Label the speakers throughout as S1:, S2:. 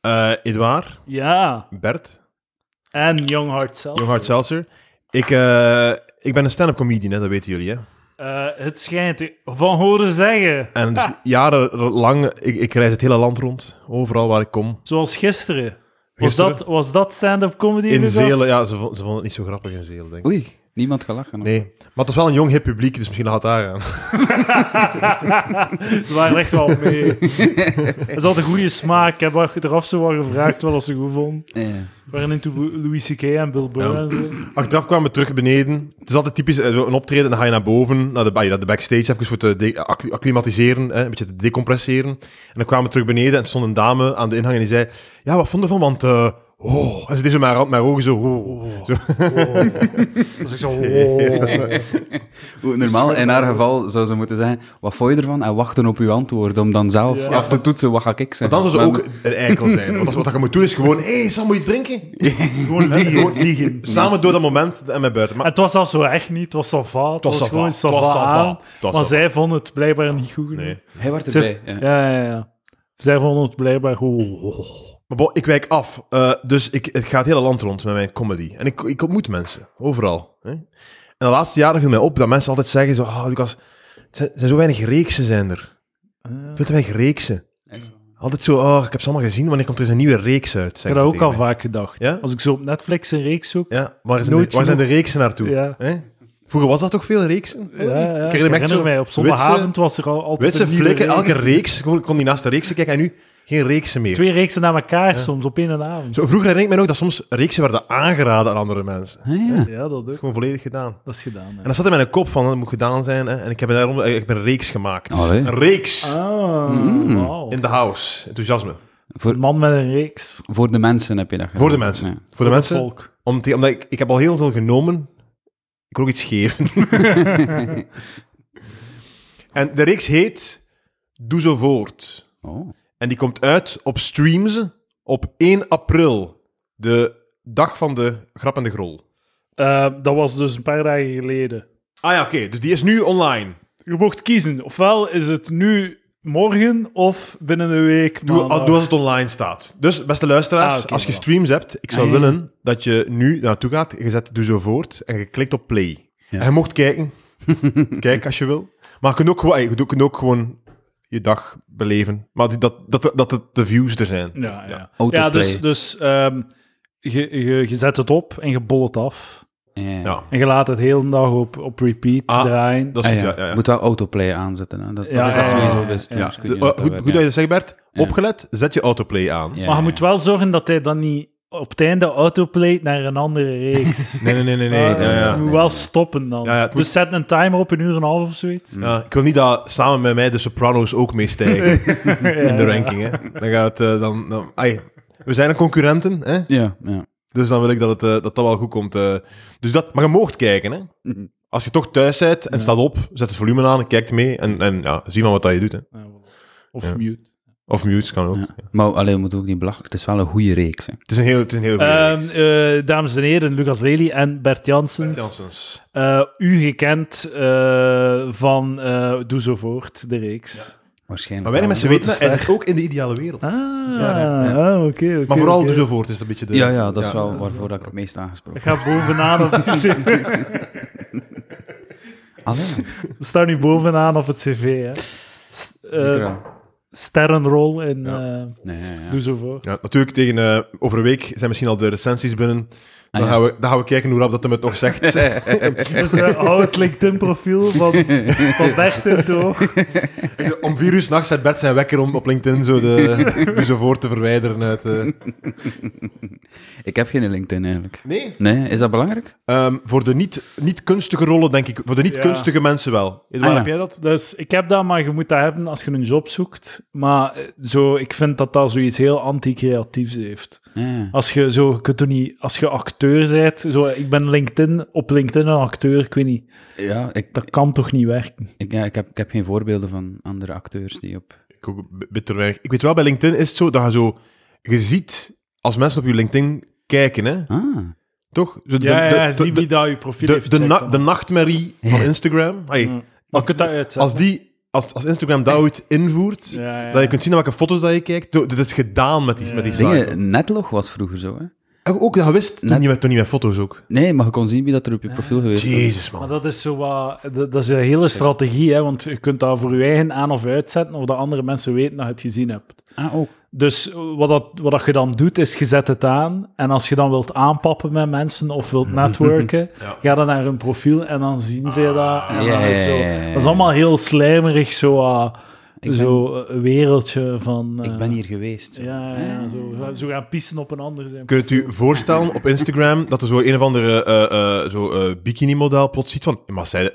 S1: Eh Edouard,
S2: Ja,
S1: Bert,
S2: en Young Heart zelf.
S1: Young Hard Seltzer. Ik, eh, ik ben een stand-up comedian, hè, dat weten jullie. Hè?
S2: Eh, het schijnt van horen zeggen.
S1: En dus jarenlang, ik, ik reis het hele land rond, overal waar ik kom.
S2: Zoals gisteren. Was
S1: Gisteren?
S2: dat, was dat stand-up comedy?
S1: In
S2: Lucas?
S1: Zelen, ja, ze, vond- ze vonden het niet zo grappig in Zelen, denk ik.
S3: Oei, niemand gelachen. hoor.
S1: Nee, maar het was wel een jong hip publiek, dus misschien had het daar aan.
S2: Ze waren echt wel mee. ze had een goede smaak. Ik heb haar eraf zo wat gevraagd wat ze goed vond.
S3: Eh,
S2: We waren into Louis C.K. en Bill Burr
S1: Ja.
S2: en zo.
S1: Achteraf kwamen we terug beneden. Het is altijd typisch, eh, zo een optreden, en dan ga je naar boven, naar de, ah, ja, naar de backstage, even voor te de- acc- acclimatiseren, hè, een beetje te decompresseren. En dan kwamen we terug beneden en er stond een dame aan de ingang en die zei, ja, wat vond je ervan? Want, eh, oh, en ze deed zo met haar, hand- met haar ogen zo, oh.
S2: Dus ik zo... oh.
S3: hoe-
S1: dus
S3: Normaal, in haar geval zou ze moeten zeggen, wat vond je ervan? En wachten op uw antwoord, om dan zelf
S2: Ja.
S3: af te toetsen, wat ga ik
S1: Maar
S3: zeggen?
S1: dan zou ze
S3: Maar-
S1: ook een eikel zijn. Want dat is wat je moet doen, is gewoon, hé, hey, Sam, moet je iets drinken?
S2: Gewoon liegen. Gewoon liegen.
S1: Samen door dat moment en met buiten.
S2: En
S1: Maar
S2: het was al zo echt niet. Het was sava. Het was,
S1: ça va,
S2: gewoon
S1: het was
S2: sava
S1: ça va,
S2: aan.
S1: het was
S2: Maar
S1: ça
S2: zij vonden het blijkbaar niet goed genoeg.
S1: nee.
S3: Hij wordt
S2: Ze-
S3: erbij. ja.
S2: Ja, ja, ja. Zij vonden het blijkbaar goed.
S1: Maar bon, ik wijk af. Eh, dus ik, ik ga het hele land rond met mijn comedy. En ik, ik ontmoet mensen, overal. Hè? En de laatste jaren viel mij op dat mensen altijd zeggen: zo, ah, Lucas, het zijn, het zijn zo weinig reeksen zijn er. Veel te weinig reeksen. Altijd zo, oh, ik heb ze allemaal gezien, wanneer komt er eens een nieuwe reeks uit?
S2: Ik heb
S1: zeggen
S2: dat
S1: ze
S2: ook
S1: tegen
S2: al vaak gedacht.
S1: Ja?
S2: Als ik zo op Netflix een reeks zoek.
S1: mij. Ja, waar, zijn de,
S2: Nooit
S1: waar zijn de reeksen naartoe?
S2: Ja.
S1: Hè? Vroeger was dat toch veel reeksen?
S2: Ja, ja,
S1: me
S2: ik
S1: echt
S2: herinner
S1: zo
S2: mij, op
S1: witse-
S2: zondagavond was er al altijd
S1: Witse
S2: een nieuwe
S1: flikken,
S2: reeks.
S1: elke reeks. Ik kon die naast de reeksen kijken en nu geen reeksen meer.
S2: Twee reeksen na elkaar soms, op één avond.
S1: Zo, vroeger herinner ik me nog dat soms reeksen werden aangeraden aan andere mensen. Dat
S3: Ah, ja.
S2: Ja, dat
S1: is
S2: ook.
S1: gewoon volledig gedaan.
S2: Dat is gedaan.
S1: En dat zat in mijn kop van, dat moet gedaan zijn. Hè? En ik heb daarom eh, ik heb een reeks gemaakt.
S3: Allee.
S1: Een reeks
S2: Ah,
S1: Mm. in de house. Enthousiasme.
S2: Een man met een reeks.
S3: Voor de mensen heb je dat gedaan.
S1: Voor de mensen.
S3: Ja.
S1: Voor de mensen.
S2: Volk.
S1: Om te- omdat ik, ik heb al heel veel genomen. Ik wil ook iets geven. en de reeks heet Doe Zo Voort.
S3: Oh.
S1: En die komt uit op streams op 1 april. De dag van de grap en de grol.
S2: Eh, dat was dus een paar dagen geleden.
S1: Ah ja, oké. Dus die is nu online.
S2: Je mocht kiezen. Ofwel is het nu morgen of binnen een week.
S3: Oh,
S1: Doe, oh,
S2: maandag.
S1: doe als het online staat. Dus, beste luisteraars,
S2: Ah, oké,
S1: als je
S2: voilà.
S1: streams hebt, ik zou
S3: Ah, ja.
S1: willen dat je nu naartoe gaat. Je zet Doe Zo Voort en je klikt op play.
S3: Ja.
S1: En je mocht kijken. Kijk als je wil. Maar je kunt ook, gewoon- je kunt ook gewoon je dag beleven. Maar die- dat, dat, dat de, de views er zijn.
S2: Ja, ja. ja.
S3: Autoplay.
S2: dus, dus ehm, je, je, je zet het op en je bol het af.
S3: Ja.
S1: Ja,
S2: En je laat het heel de dag op, op repeat
S1: Ah,
S2: draaien.
S1: dat is
S3: Ah,
S1: het,
S3: ja.
S1: ja, ja, ja.
S3: Moet wel autoplay aanzetten. Hè. Dat,
S2: Ja,
S3: dat is dat
S2: ja,
S3: sowieso
S2: ja, ja,
S3: best.
S2: ja.
S3: anders kun
S1: De-
S3: je
S1: eh,
S3: dat
S1: goed,
S3: wel
S1: goed dat je dat zegt, Bert.
S3: Ja.
S1: Opgelet, zet je autoplay aan.
S3: werken. Ja,
S2: maar je
S3: ja,
S2: moet
S3: ja.
S2: wel zorgen dat hij dan niet op het einde autoplayt naar een andere reeks.
S1: Nee, nee, nee, nee. nee.
S2: Ah,
S1: ja, ja.
S2: Het moet wel stoppen dan.
S1: Ja, ja, het
S2: dus zet een timer op een uur en een half of zoiets.
S1: Ja, ik wil niet dat samen met mij de Sopranos ook meestijgen in de ranking. Hè. Dan gaat eh, dan, dan, ai, we zijn een concurrenten, hè?
S3: Ja, ja.
S1: Dus dan wil ik dat het, eh, dat, dat wel goed komt. eh. dus dat, maar je moogt kijken, hè.
S3: Mhm.
S1: Als je toch thuis bent en het staat op, zet het volume aan, kijk mee en, en ja, zie maar wat dat je doet. Hè.
S2: Ja, Ah, voilà. Of
S1: Ja.
S2: mute.
S1: Of mute, kan ook.
S3: Ja. Maar alleen moet ook niet belachelijk. Het is wel een goede reeks. Hè.
S1: Het is een heel, het is een heel goede
S2: Ehm,
S1: reeks.
S2: eh, dames en heren, Lucas Lely en Bert Janssens.
S1: Janssens.
S2: Eh, u gekend eh, van eh, Doe Zo Voort, de reeks.
S3: Waarschijnlijk.
S1: Maar weinig mensen
S3: wel.
S1: weten dat, hij zit ook in de ideale wereld.
S2: Ah,
S1: Ja,
S2: ah, oké. oké,
S1: maar vooral
S2: oké.
S1: dus zo voort is dat een beetje de...
S3: Ja, ja, dat is wel waarvoor dat ik het meest
S2: Ik
S3: aangesproken
S2: ga bovenaan op het cv. Eh,
S3: Allee,
S2: Er staat nu bovenaan op het cv, hè. S- eh,
S3: zeker wel.
S2: sterrenrol in
S1: Ja.
S2: eh,
S3: Nee, ja, ja.
S2: Doe Zo Voort.
S1: Ja, natuurlijk, tegen, eh, over een week zijn misschien al de recensies binnen. Dan,
S3: Ah, ja.
S1: gaan, we, dan gaan we kijken hoe rap dat hem het nog zegt.
S2: Dus eh, hou het LinkedIn-profiel van, van Bert in het oog.
S1: Dus Om vier uur s'nachts zet Bert zijn wekker om op LinkedIn zo de, dus zo voort te verwijderen uit... eh.
S3: Ik heb geen LinkedIn eigenlijk.
S1: Nee?
S3: Nee, is dat belangrijk?
S1: Ehm, voor de niet, niet kunstige rollen, denk ik. Voor de niet
S2: Ja.
S1: kunstige mensen wel. Edouard,
S3: Ah, ja.
S1: heb jij dat?
S2: Dus ik heb dat, maar je moet dat hebben als je een job zoekt. Maar eh, zo, ik vind dat dat zoiets heel anti-creatiefs heeft.
S3: Ja.
S2: Als je zo, je kunt toch niet, als je acteur bent, zo, ik ben LinkedIn, op LinkedIn een acteur, ik weet niet,
S3: Ja, ik,
S2: dat kan toch niet werken?
S3: ik, ja, ik, heb, ik heb geen voorbeelden van andere acteurs die op...
S1: Ik ook b- bitter weinig. Ik weet wel, bij LinkedIn is het zo dat je zo... Je ziet, als mensen op je LinkedIn kijken, hè,
S3: Ah,
S1: toch? Zo de,
S2: ja,
S1: de-
S2: ja,
S1: de-
S2: zie
S1: de-
S2: wie dat je profiel
S1: de,
S2: heeft
S1: de, na-
S2: gecheckt
S1: de
S2: dan.
S3: Mm.
S1: nachtmerrie van Instagram. Hey,
S2: Ja. Maar je kunt dat uitzetten.
S1: als die als, als Instagram dat ooit invoert,
S2: Ja, ja.
S1: dat je kunt zien naar welke foto's dat je kijkt. Doe- Dit is gedaan met die, met die site.
S3: Dingen, netlog was vroeger zo, hè?
S1: Ook, ook dat wist toen
S3: Net-
S1: niet, met, toen niet met foto's ook.
S3: Nee, maar je kon zien wie dat er op je profiel geweest was.
S1: Jezus,
S2: Maar
S1: man.
S2: dat is zo wat... Dat, dat is een hele strategie, hè. Want je kunt dat voor je eigen aan- of uitzetten, of dat andere mensen weten dat je het gezien hebt.
S3: Ah, ook.
S2: Dus wat, dat, wat dat je dan doet, is je zet het aan. En als je dan wilt aanpappen met mensen of wilt netwerken, ga dan naar hun profiel en dan zien ze dat. En
S3: ja,
S2: dan is
S3: Ah, ja,
S2: zo,
S3: ja, ja.
S2: dat is allemaal heel slijmerig, zo, ah,
S3: ben-
S2: zo eh, een wereldje van... eh,
S3: Ik ben hier geweest.
S2: Ja, ja zo, zo gaan pissen op een ander zijn.
S1: Kunt u voorstellen op Instagram dat er zo een of andere eh, eh, zo, eh, bikini-model plots ziet van... Maar zij...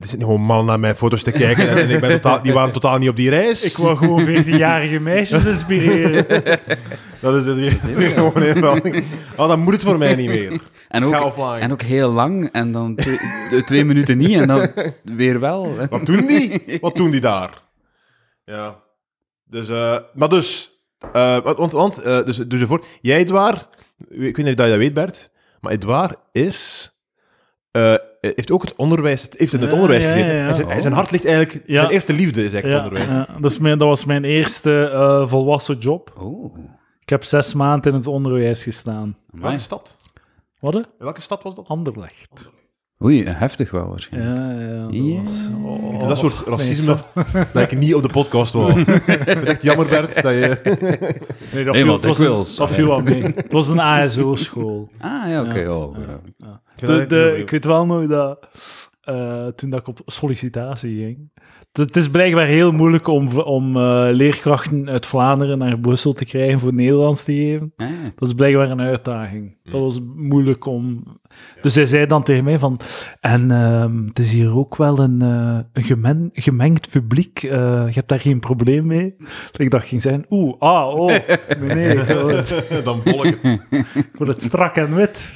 S1: Er zitten gewoon mannen naar mijn foto's te kijken en ik ben totaal, die waren totaal niet op die reis.
S2: Ik wou gewoon 14-jarige meisjes inspireren.
S1: Dat is het gewoon heel Oh, dan moet het voor mij niet meer.
S3: En
S1: Ga
S3: ook,
S1: offline.
S3: en ook heel lang, en dan twee, de twee minuten niet, en dan weer wel. hè.
S1: Wat doen die? Wat doen die daar? Ja. Dus, eh, maar dus, eh, want, want, want eh, dus, dus ervoor, jij Edouard, ik weet niet of dat je dat weet Bert, maar Edouard is, eh, heeft ook het onderwijs, heeft in het
S2: Ja,
S1: onderwijs
S2: ja,
S1: gezeten.
S2: ja, ja.
S1: En zijn, zijn hart ligt eigenlijk,
S2: Ja.
S1: zijn eerste liefde is eigenlijk
S2: ja,
S1: het onderwijs.
S2: ja, dat, is mijn, dat was mijn eerste eh, volwassen job.
S3: Oh,
S2: Ik heb zes maanden in het onderwijs gestaan.
S1: In
S3: amai.
S1: welke stad?
S2: Wat? hè?
S1: In welke stad was dat?
S2: Anderlecht.
S3: Oei, heftig wel waarschijnlijk.
S2: Ja, ja. Dat
S3: Ja.
S2: was, oh,
S1: Het is dat soort racisme
S2: meestal.
S1: dat ik niet op de podcast wou. ik vind het echt jammer Bert, dat je...
S2: Nee, dat
S3: Nee,
S2: viel,
S3: want
S2: het was
S3: ik
S2: een-
S3: wil
S2: dat viel wel mee. Het was een ASO-school.
S3: Ah, ja, oké.
S2: Ja.
S3: oh, ja.
S1: Ik vind dat
S2: De-
S1: echt
S2: de-
S1: heel
S2: ik weet wel nog dat eh, toen dat ik op sollicitatie ging. Het- Het is blijkbaar heel moeilijk om, om eh, leerkrachten uit Vlaanderen naar Brussel te krijgen voor Nederlands te geven.
S3: Ah, ja.
S2: Dat is blijkbaar een uitdaging. Dat was moeilijk om. Dus hij zei dan tegen mij van. En ehm, het is hier ook wel een, eh, een gemen- gemengd publiek. eh, je hebt daar geen probleem mee. Dat ik dacht ging zijn. Oeh, ah, oh. Nee, nee, ik wil het,
S1: jammer. Dan bolk het.
S2: ik wil het strak en wit.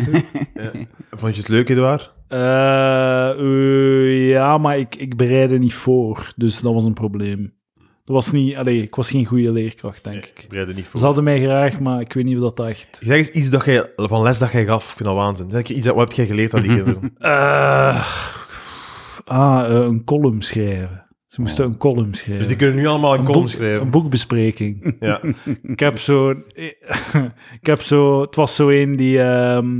S1: Vond je het leuk, Edouard?
S2: Eh, eh, ja, maar ik, ik bereidde niet voor. Dus dat was een probleem. Dat was niet, allee, ik was geen goede leerkracht, denk ik.
S1: Ik bereid er niet voor.
S2: Ze hadden mij graag, maar ik weet niet of dat echt.
S1: Zeg eens iets dat jij, van les dat jij gaf, ik vind dat waanzin. Zeg iets, dat- wat heb jij geleerd aan die
S2: Mhm.
S1: kinderen?
S2: Eh, ah, eh, een column schrijven. Ze moesten een column schrijven.
S1: Dus die kunnen nu allemaal een
S2: Een
S1: column
S2: boek-
S1: schrijven.
S2: Een boekbespreking.
S1: Ja.
S2: Ik heb zo. ik heb zo. Het was zo een die. ehm,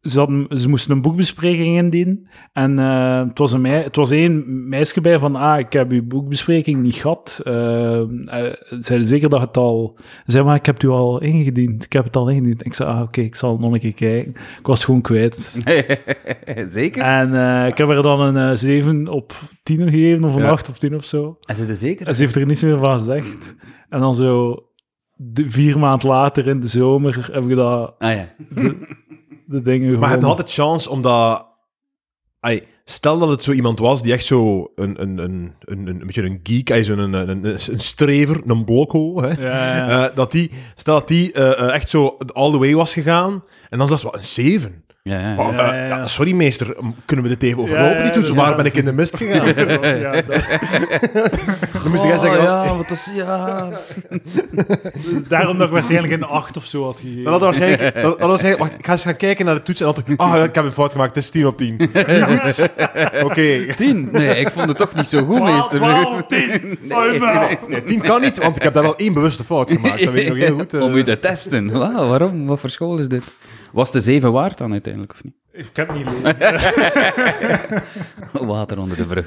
S2: ze, hadden- ze moesten een boekbespreking indienen. En eh, het, was een mei, het was één meisje bij van. Ah, ik heb uw boekbespreking niet gehad. Eh, eh, zeiden zeker dat het al. Ze zei maar, ik heb het u al ingediend. Ik heb het al ingediend. Ik zei, ah, oké, ik zal nog een keer kijken. Ik was gewoon kwijt.
S3: zeker?
S2: En eh, ik heb er dan een eh, 7 op 10 gegeven, of een
S1: Ja.
S2: 8 op 10 of zo.
S3: En ze er
S2: En
S3: zeker?
S2: ze heeft er niets meer van gezegd. En dan zo de, vier maand later in de zomer heb ik dat,
S3: Ah ja.
S2: de
S1: Maar
S2: dingen
S1: je hebt
S2: gewonnen.
S1: nog altijd chance, omdat... ai, stel dat het zo iemand was die echt zo een, een, een, een, een, een beetje een geek, ai, zo'n een, een, een, een strever, een blokko, hè?
S2: Ja, ja.
S1: Eh, dat die, stel dat die eh, eh, echt zo all the way was gegaan, en dan was wat een 7.
S3: Ja, ja.
S1: Oh, eh,
S2: Ja, ja, ja.
S1: ja, sorry meester, m- kunnen we dit even overlopen?
S2: Ja, ja,
S1: niet doen? Zo, waar
S2: ja.
S1: ben ik in de mist gegaan?
S2: Dat was- ja, dat-
S1: Dan moest jij
S2: Oh,
S1: zeggen,
S3: Oh,
S1: oh,
S3: ja, wat is... Ja.
S2: dus daarom dat ik waarschijnlijk een 8 of zo had gegeven.
S1: Dan had hij waarschijnlijk... Dan, dan was hij, wacht, ik ga eens gaan kijken naar de toets en dan... had hij- Ah, ik heb een fout gemaakt, het is 10 op 10. Goed. Oké.
S3: Tien? Nee, ik vond het toch niet zo goed,
S2: Twa-
S3: meester.
S2: 12 of 10. Oh, maar-
S1: Nee, 10 kan niet, want ik heb daar wel één bewuste fout gemaakt. Dat weet ik nog heel goed. eh.
S3: Om u te testen. Wauw, waarom? Wat voor school is dit? Was de zeven waard dan uiteindelijk, of niet?
S2: Ik heb niet leren.
S3: Water onder de brug.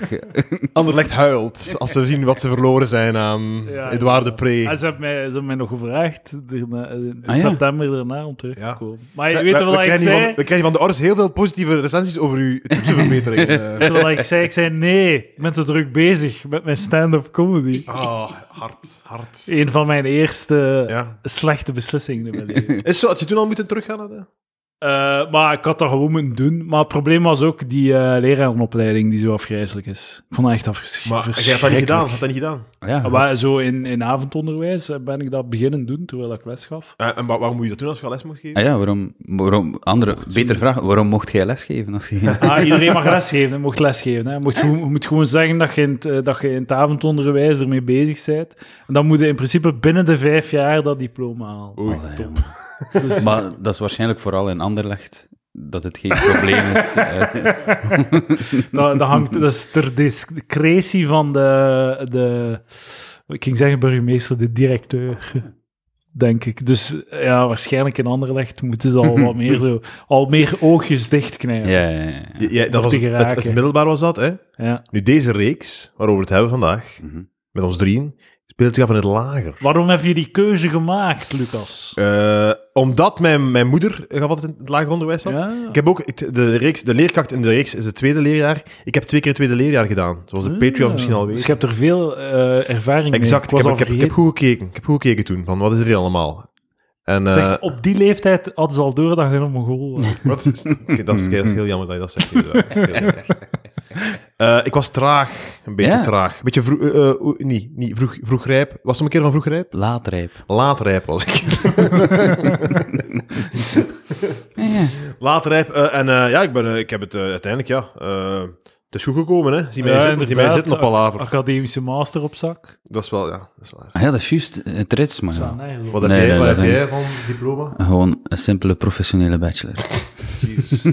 S1: Anderlecht huilt als ze zien wat ze verloren zijn aan
S2: Ja,
S1: Edouard de Pre.
S2: En ze hebben mij, ze hebben mij nog gevraagd daarna, in
S3: Ah, ja.
S2: september daarna om terug
S1: Ja.
S2: te komen. Maar je weet
S1: we,
S2: wel
S1: we
S2: wat ik
S1: krijgen hier
S2: zei?
S1: van, we krijgen van de Ors heel veel positieve recensies over uw toetsenverbetering. eh.
S2: Terwijl ik zei, ik zei nee, ik ben te druk bezig met mijn stand-up comedy.
S1: Ah, hard, hard.
S2: Een van mijn eerste
S1: Ja.
S2: slechte beslissingen in mijn leven.
S1: Is zo, had je toen al moeten teruggaan? naar de-
S2: Eh, maar ik had dat gewoon moeten doen. Maar het probleem was ook die eh, lerarenopleiding die zo afgrijzelijk is. Ik vond dat echt afgrijzelijk.
S1: Maar jij hebt dat niet gedaan. Had dat niet gedaan.
S3: Ja,
S2: Maar zo in, in avondonderwijs eh, ben ik dat beginnen doen terwijl ik les gaf.
S1: Eh, en wa- waarom moet je dat doen als je al les mocht geven?
S3: Ah ja, waarom, waarom andere, beter vraag, waarom mocht jij lesgeven als je...
S2: Ah, iedereen mag lesgeven, hè. mocht lesgeven. Hè. Je, moet gewoon, je moet gewoon zeggen dat je, in het, eh, dat je in het avondonderwijs ermee bezig bent. En dan moet je in principe binnen de vijf jaar dat diploma halen. Dus-
S1: Oei,
S3: Allee,
S1: top.
S3: jongen. Maar dat is waarschijnlijk vooral in Anderlecht dat het geen probleem is. Eh,
S2: Dat, dat hangt, dat is ter discretie van de, de... Ik ging zeggen burgemeester, de directeur, denk ik. Dus ja, waarschijnlijk in Anderlecht moeten ze al wat meer zo... Al meer oogjes dichtknijpen.
S3: ja, ja, ja.
S1: Je- jij- dat
S2: Om
S1: was
S2: te
S1: het, het-
S2: geraken.
S1: het middelbaar was dat, hè?
S2: Ja.
S1: Nu, deze reeks, waarover we het hebben vandaag,
S3: Mhm.
S1: met ons drieën, speelt zich af in het lager.
S2: Waarom heb je die keuze gemaakt, Lucas?
S1: Eh, omdat mijn, mijn moeder eh, gaf altijd in het lager onderwijs zat.
S2: Ja.
S1: Ik heb ook ik- de, reeks, de leerkracht in de reeks is het tweede leerjaar. Ik heb twee keer het tweede leerjaar gedaan, zoals de Patreon misschien al
S2: Dus
S1: weet.
S2: je hebt er veel eh, ervaring mee.
S1: Exact, ik,
S2: was
S1: heb,
S2: al
S1: ik, heb, ik heb
S2: vergeten.
S1: goed gekeken. Ik heb goed gekeken toen, van wat is er hier allemaal? En, eh,
S2: Zeg, op die leeftijd hadden ze al door dat je een Mongool was.
S1: Wat? Oké, dat, is, dat is heel jammer dat je dat zegt. inderdaad. Dat is heel jammer. Eh, ik was traag, een beetje
S3: Ja.
S1: traag. Een beetje vroeg, eh, eh, oe- niet, niet vroeg, vroeg rijp. Was het een keer van vroeg rijp?
S3: Laatrijp.
S1: Laat rijp was ik. Laat rijp. eh, en eh, ja, ik, ben, eh, ik heb het eh, uiteindelijk, ja. eh, het is goed gekomen, hè? Zie mij,
S2: Ja,
S1: zitten, zie mij
S2: inderdaad.
S1: zitten op palaver.
S2: Academische master op zak.
S1: Dat is wel, ja, dat is waar.
S3: Ah ja, dat is juist het rits, maar
S2: Staan
S3: ja.
S2: nergens op.
S1: Wat heb
S3: Nee,
S1: jij,
S3: nee,
S1: wat
S3: dat
S1: heb
S3: is
S1: jij van diploma?
S3: gewoon een simpele professionele bachelor.
S1: Jezus.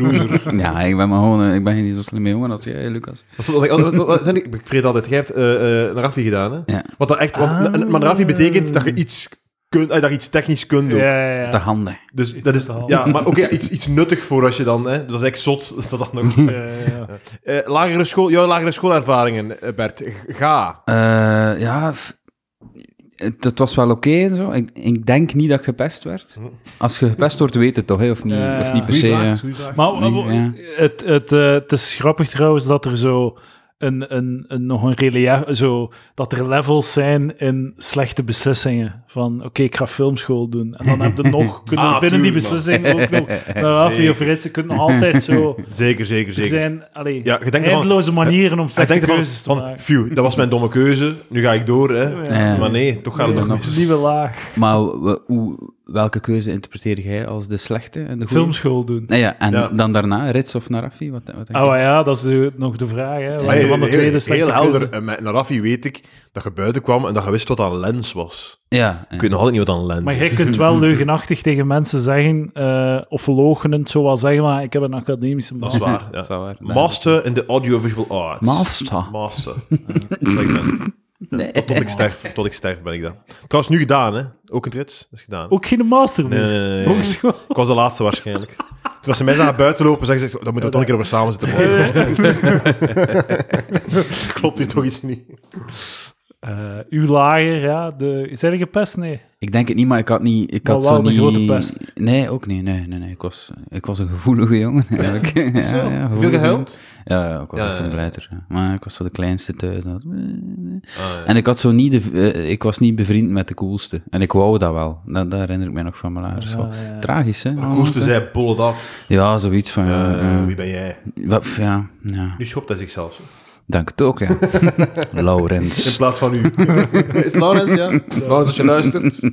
S1: Loser.
S3: ja, ik ben maar gewoon, eh, ik ben niet zo slim jongen als jij, Lucas.
S1: Dat is wat ik, altijd- wat- wat- ik vergeet altijd, jij hebt eh, eh, een raffie gedaan, hè?
S3: Ja.
S1: Wat dat echt, want,
S2: Ah.
S1: Maar een raffie betekent dat je iets, kunt, eh, dat je iets technisch kunt doen.
S2: Ja, ja,
S3: Te
S2: ja.
S3: handig.
S1: Dus dat is,
S2: te halen.
S1: ja, maar ook ja, iets, iets nuttig voor als je dan, hè? dat is echt zot. Dat dat nog.
S2: Ja, ja, ja.
S1: Eh, lagere school, jouw lagere schoolervaringen, eh, Bert, G- ga.
S3: Eh, ja, f- het, het was wel oké en zo. Ik, ik denk niet dat ik gepest werd.
S1: Hm.
S3: Als je gepest wordt, weet het toch, hè? Of niet,
S2: Ja,
S3: of
S2: ja.
S3: niet per
S1: Goeie
S3: se.
S1: vraag,
S3: eh.
S1: goeie vraag.
S2: Maar maar, maar,
S3: Ja.
S2: het, het, eh, het is grappig trouwens dat er zo een, een, een, nog een relief, zo, dat er levels zijn in slechte beslissingen. Van oké, ik ga filmschool doen. En dan heb je nog, kunnen we
S1: Ah,
S2: binnen die
S1: tuurlijk, man.
S2: beslissing ook nog Nou, naar Raffi of Rits. Ze kunnen altijd zo.
S1: Zeker, zeker,
S2: Er
S1: zeker.
S2: zijn allee,
S1: Ja, je denkt ervan-
S2: eindeloze manieren om
S1: ik
S2: slechte
S1: denk ervan,
S2: keuzes te
S1: van,
S2: maken.
S1: phew, dat was mijn domme keuze, nu ga ik door, hè.
S3: Ja.
S1: Maar nee, toch gaat het nog mis.
S2: Nieuwe laag.
S3: Eh, Maar w- hoe, welke keuze interpreteer jij als de slechte en de goede?
S2: Filmschool doen.
S3: Nee, ja, en
S1: Ja.
S3: dan daarna, Rits of Narafi? Wat, wat denk
S2: Ah,
S3: je?
S2: maar ja, dat is de- nog de vraag. Hè. Wat
S1: Maar
S2: van de
S1: heel,
S2: tweede slechte
S1: heel helder,
S2: keuze?
S1: en met een raffie weet ik dat je buiten kwam en dat je wist wat een lens was.
S3: Ja, ja.
S1: Ik weet nog altijd niet wat een lens
S2: Maar
S1: is.
S2: jij kunt wel leugenachtig tegen mensen zeggen, eh of logenend, zo wel zeggen, maar ik heb een academische
S1: Dat is
S2: master.
S1: waar.
S3: Dat is
S1: Ja.
S3: wel waar. Nee.
S1: Master in the audiovisual arts.
S3: Master.
S1: Master. Ja, dat ik ben. Tot, tot ik sterf, tot ik sterf ben ik dat. Trouwens, nu gedaan, hè? Ook een trits. Dat is gedaan.
S2: Ook geen master
S1: Nee,
S2: meer.
S1: nee, nee, nee, nee.
S2: Hogeschool.
S1: Ik was de laatste waarschijnlijk. Toen als ze mij zagen buiten lopen, zeggen ze, daar moeten we toch een keer over samen zitten. man." Klopt dit toch iets niet?
S2: Eh, uw lager, ja. De... Zijn er gepest? Nee.
S3: Ik denk het niet, maar ik had niet... Ik
S2: Maar
S3: had
S2: wel
S3: zo
S2: een
S3: niet...
S2: grote pest.
S3: Nee, ook niet. Nee, nee, nee. Ik was, ik was een gevoelige jongen. eigenlijk. ja, ja, gevoelige jongen. Ja, ja, ik was
S1: Ja,
S3: echt
S1: ja,
S3: een
S1: ja.
S3: blijter. ja. Maar ik was zo de kleinste thuis. En, dat-
S1: Ah,
S3: en ik, had zo niet de, eh, ik was niet bevriend met de coolste. En ik wou dat wel. Dat, dat herinner ik mij nog van mijn lagere school.
S2: Ja, ja.
S3: Tragisch, hè?
S1: De koester zei, bol het af.
S3: Ja, zoiets van... ja,
S1: Eh,
S3: ja.
S1: wie ben jij?
S3: Wat- ja, ja.
S1: Nu schopt hij zichzelf.
S3: Dank het ook, ja.
S1: In
S3: Laurens.
S1: plaats van u. is het Laurens, ja? Laurens, als je luistert.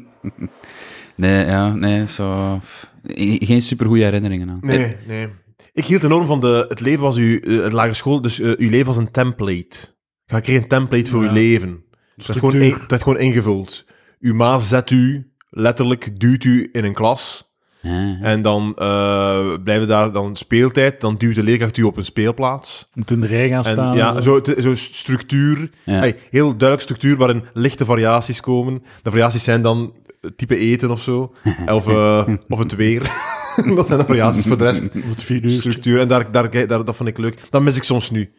S3: Nee, ja, nee, zo... f- Geen supergoeie herinneringen aan.
S1: Nee, nee. Ik hield enorm van de, het leven was uw, eh, het lagere school, dus eh, uw leven was een template. Je kreeg een template voor
S2: Ja.
S1: uw leven. Dus dat werd, gewoon in-
S2: Structuur.
S1: het werd gewoon ingevuld. Uw ma zet u, letterlijk duwt u in een klas.
S3: Ja, ja.
S1: En dan eh blijven daar dan speeltijd. Dan duwt de leerkracht u op een speelplaats.
S2: Moet in de rij gaan
S1: En
S2: staan.
S1: ja,
S2: en
S1: zo.
S2: zo.
S1: te- zo structuur.
S3: Ja.
S1: Hey, heel duidelijk structuur waarin lichte variaties komen. De variaties zijn dan het type eten of zo. Of, eh, of het weer. dat zijn de variaties voor de rest
S2: Om het vier uurtje.
S1: structuur. En daar, daar, daar, dat vond ik leuk. Dat mis ik soms nu.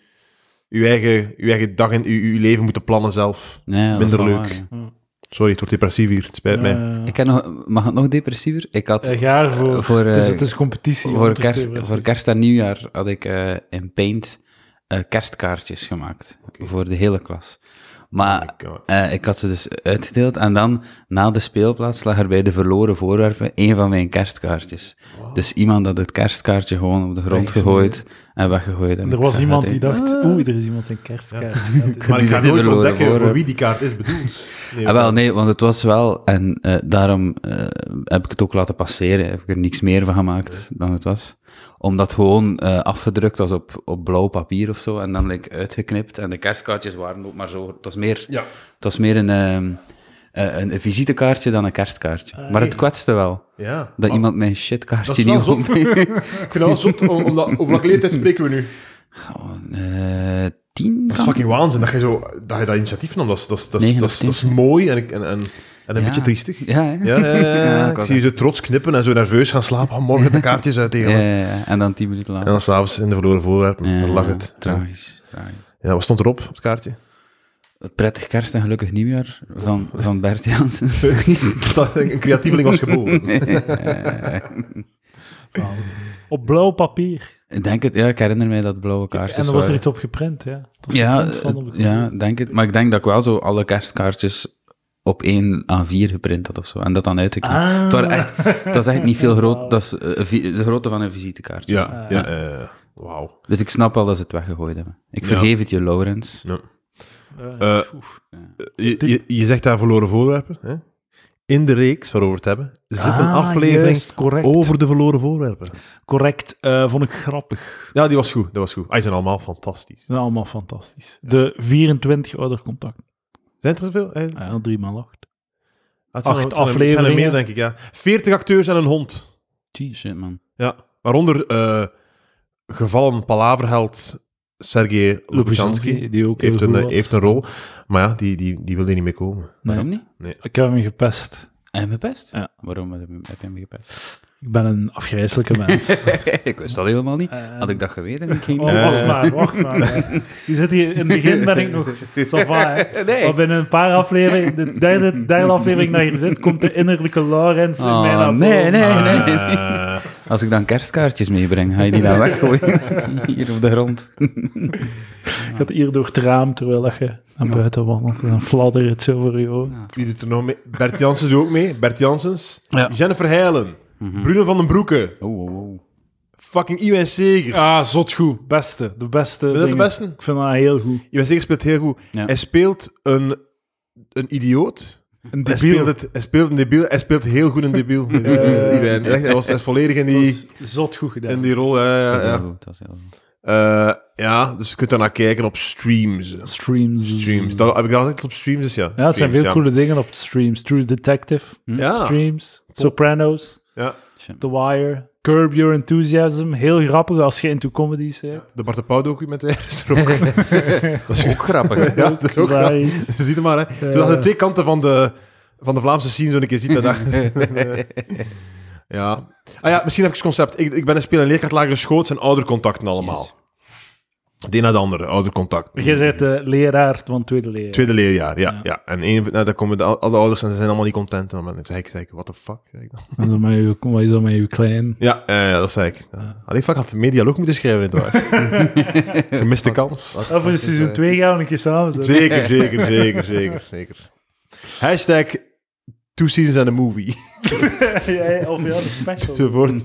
S1: Uw eigen, uw eigen dag en uw, uw leven moeten plannen zelf.
S3: Nee, dat is
S1: Minder
S3: wel
S1: leuk.
S3: waar, ja.
S1: Sorry, het wordt depressief hier. Het spijt mij.
S2: Eh,
S3: Ik heb nog... Mag het nog depressiever? Ik had...
S2: eh, ga ervoor.
S3: eh, voor, eh,
S2: dus het is competitie.
S3: voor,
S2: want het
S3: kerst,
S2: is weer-
S3: voor kerst en nieuwjaar had ik eh, in Paint eh, kerstkaartjes gemaakt. Voor de hele klas. Maar
S1: Ik, eh,
S3: eh, ik had ze dus uitgedeeld. En dan, na de speelplaats, lag er bij de verloren voorwerpen een van mijn kerstkaartjes. Dus iemand had het kerstkaartje gewoon op de grond gegooid en weggegooid. En
S2: Er
S3: ik Ah.
S2: was
S3: zag
S2: iemand
S3: het
S2: die
S3: en-
S2: dacht, oeh, er is iemand zijn kerstkaart.
S1: Maar ik ga
S3: die
S1: nooit
S3: verloren
S1: ontdekken
S3: voor,
S1: voor
S3: hè.
S1: wie die kaart is bedoeld. Nee,
S3: Ah, wel, nee, want het was wel, en eh, daarom eh, heb ik het ook laten passeren. Heb ik er niks meer van gemaakt dan het was. Omdat het gewoon eh, afgedrukt was op, op blauw papier of zo. En dan like, uitgeknipt. En de kerstkaartjes waren ook maar zo. Het was meer,
S1: Ja.
S3: het was meer een, ehm, eh, een, een visitekaartje dan een kerstkaartje. maar het kwetste wel,
S1: Ja.
S3: dat
S1: Ah,
S3: iemand mijn
S1: dat
S3: shitkaartje
S1: is wel
S3: niet
S1: zot.
S3: opneemt.
S1: ik vind dat wel zot, om- omdat, over welke leeftijd spreken we nu?
S3: Gewoon, eh, tien?
S1: Dat is
S3: kan?
S1: fucking waanzin dat je, zo, dat, je dat initiatief nam. Dat is, dat is, dat is,
S3: Negen
S1: dat
S3: of
S1: is,
S3: tien,
S1: dat is
S3: zeg.
S1: mooi en, ik- en, en, en een
S3: Ja.
S1: beetje triestig. Ja,
S3: Ja,
S1: ja,
S3: hè?
S1: ja, ja.
S3: Ja, ik
S1: ik
S3: was
S1: zie je zo trots knippen en zo nerveus gaan slapen. Ah, morgen de kaartjes
S3: Ja,
S1: uitdelen.
S3: ja, ja. en dan tien minuten
S1: En
S3: later.
S1: dan s'avonds in de verloren voorwerpen.
S3: Ja,
S1: dan lag het.
S3: Tragisch, tragisch.
S1: Ja, wat stond erop op het kaartje?
S3: Prettig kerst en gelukkig nieuwjaar van, van Bert Jansen.
S1: een creatieveling was geboren.
S2: Op blauw papier.
S3: Ik denk het, ja, ik herinner mij dat blauwe kaartjes
S2: en er was er
S3: waren.
S2: iets op geprint, ja. Het was
S3: Ja,
S2: geprint van op-
S3: eh, ja, denk het. Maar ik denk dat ik wel zo alle kerstkaartjes op één A4 geprint had of zo. En dat dan uitgeknipt.
S2: Ah.
S3: Het, waren echt, het was echt niet veel groot. Dat is eh, een vi- de grootte van een visitekaartje.
S1: Ja,
S2: Ah.
S1: ja. eh, Wauw.
S3: Dus ik snap wel dat ze het weggegooid hebben. Ik vergeef het je, Laurens.
S1: Ja.
S2: Ja,
S1: Eh,
S2: oef.
S1: Je, je, je zegt daar verloren voorwerpen. Hè? In de reeks waarover we het hebben, zit een
S2: Ah,
S1: aflevering
S2: juist, correct.
S1: over de verloren voorwerpen.
S2: Correct, eh, vond ik grappig.
S1: Ja, die was goed. Dat was goed. Ah, die zijn allemaal fantastisch.
S2: Ze zijn allemaal fantastisch. De 24 oudercontacten.
S1: Zijn er zoveel? Eh,
S2: Ah, Ja, 3 x 8.
S1: het zijn er- het
S2: acht
S1: zijn er- het Zijn er
S2: afleveringen.
S1: meer, denk ik, ja. Veertig acteurs en een hond.
S3: Shit, man.
S1: Ja. Waaronder eh, gevallen palaverheld Sergej Lubchansky.
S2: die ook
S1: Heeft
S2: heel
S1: een,
S2: goed
S1: eh,
S2: was.
S1: heeft een rol. Maar ja, die, die, die wilde niet meer komen.
S2: Nee,
S3: Waarom niet?
S2: Ik heb hem gepest.
S3: Heb je hem gepest?
S2: Ja.
S3: Waarom heb je heb je hem gepest?
S2: Ik ben een afgrijzelijke mens.
S3: ik wist dat helemaal niet.
S2: Eh,
S3: Had ik dat geweten? Ik ging
S2: Oh,
S3: niet-
S2: wacht maar, wacht maar. Je zit hier, in het begin ben ik nog
S3: Oh,
S2: ça va, hè.
S3: Nee.
S2: Maar binnen een paar afleveringen, de derde, derde aflevering dat je hier zit, komt de innerlijke Laurens
S1: Ah,
S2: in mij
S3: Oh,
S2: naar
S3: nee,
S2: voren.
S3: nee.
S1: Eh,
S3: Als ik dan kerstkaartjes meebreng, ga je die dan weggooien? Hier op de grond.
S2: Ik had hier door het raam, terwijl dat je naar buiten wandelt, en dan fladdert het zo voor je ogen.
S1: Wie doet er nog mee? Bert Janssens doet ook mee. Bert Janssens.
S3: Ja.
S1: Jennifer Heijlen. Bruno van den Broeke.
S3: Oh, oh, oh.
S1: Fucking Iwan Seger.
S2: Ah, zot goed. Beste. De beste.
S1: Is dat de
S2: dingen.
S1: beste?
S2: Ik vind dat heel goed.
S1: Iwan Seger speelt heel goed.
S3: Ja.
S1: Hij speelt een, een idioot.
S2: Een
S1: Hij
S2: debiel.
S1: speelt, het, hij speelt een debiel. Hij speelt heel goed een debiel. Eh, Iwan. Echt, Hij, was, hij is volledig in
S2: Dat
S1: die,
S2: is zot goed gedaan.
S1: in die rol. Ja, ja,
S3: Dat is
S1: ja.
S3: heel goed, dat is heel goed.
S1: Eh, ja, dus je kunt daarnaar kijken op streams.
S2: Streams.
S1: Streams. Dat, heb ik dat altijd op streams? Dus ja,
S2: Ja, het zijn
S1: Streams,
S2: veel coole dingen op de streams. True Detective, hm?
S1: Ja.
S2: Streams, Sopranos,
S1: Ja.
S3: Shit.
S2: The Wire, Curb Your Enthusiasm. Heel grappig als je into comedies bent.
S1: De Bart de Pauw documentaire is er ook. dat is ook grappig. Ja, dat is ook grappig.
S2: Hilarisch.
S1: Je ziet het maar, hè. Toen je de twee kanten van de, van de Vlaamse scene zo een keer ziet. Dat, ja. Ah ja, misschien heb ik het concept. Ik, ik ben een speler en leerkracht lagere school. Het zijn oudercontacten allemaal.
S3: Yes.
S1: De een na de andere, oudercontact.
S2: Jij bent de leraar van tweede leer.
S1: Tweede leerjaar, ja. ja. En één, nou, daar komen de, al- alle ouders en ze zijn allemaal niet content. En dan zei ik, zei ik, what the fuck? Zei ik dan.
S2: En dan ben je- Wat is dat met je klein?
S1: Ja, eh, ja, dat zei ik. Ja. Allee, fuck, had meer dialoog moeten schrijven in het waar. Gemiste kans.
S2: Ah, voor seizoen 2 gaan we een keer samen zijn.
S1: Zeker, zeker, zeker, zeker, zeker. Hashtag two seasons and a movie.
S2: Ja, ja, of ja, de special.
S1: Enzovoort.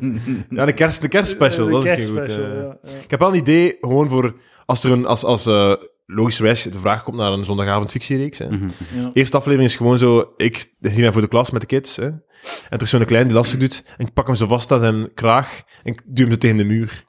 S1: Ja, de, kerst, de kerstspecial.
S2: De
S1: dat is misschien
S2: kerstspecial,
S1: goed. eh.
S2: ja, ja.
S1: Ik heb wel een idee, gewoon voor... Als er een... Als, als, eh, logischerwijs de vraag komt naar een zondagavond fictiereeks. Hè.
S2: Ja.
S1: Eerste aflevering is gewoon zo... Ik zie mij voor de klas met de kids. Hè. En er is zo'n klein die lastig doet. En ik pak hem zo vast aan zijn kraag. En ik duw hem zo tegen de muur.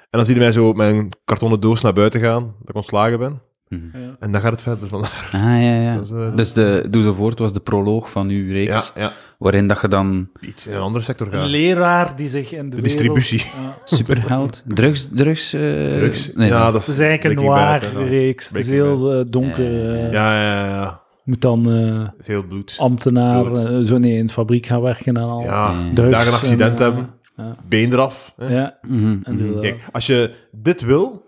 S1: En dan zie je mij zo met een kartonnen doos naar buiten gaan. Dat ik ontslagen ben.
S3: Mhm.
S2: Ja.
S1: En dan gaat het verder vandaag.
S3: Ah, ja, ja.
S1: Dat is, eh,
S3: dus de Doe Zo Voort was de proloog van uw
S1: Ja,
S3: reeks,
S1: ja.
S3: waarin dat je dan
S1: Iets in een andere sector
S2: Een
S1: gaan.
S2: leraar die zich in de,
S1: De distributie.
S2: wereld- Ja.
S3: superheld... Drugs... Drugs... eh,
S1: Drugs.
S3: Nee,
S1: ja,
S3: nee.
S1: dat is
S2: Het is eigenlijk een
S1: Breaking Bad, hè,
S2: noir
S1: dan.
S2: reeks. Het is
S1: Breaking
S2: heel eh, donker. eh.
S1: Ja, ja, ja, ja.
S2: Moet dan eh,
S1: Veel bloed.
S2: ambtenaar
S1: Dood.
S2: eh, zo nee, in de fabriek gaan werken en al.
S1: Ja,
S3: Ja.
S2: Drugs
S1: daar een accident
S2: en, eh,
S1: hebben,
S2: ja.
S1: been eraf. hè.
S2: Ja,
S3: Mhm.
S2: inderdaad.
S1: Kijk, als je dit wil,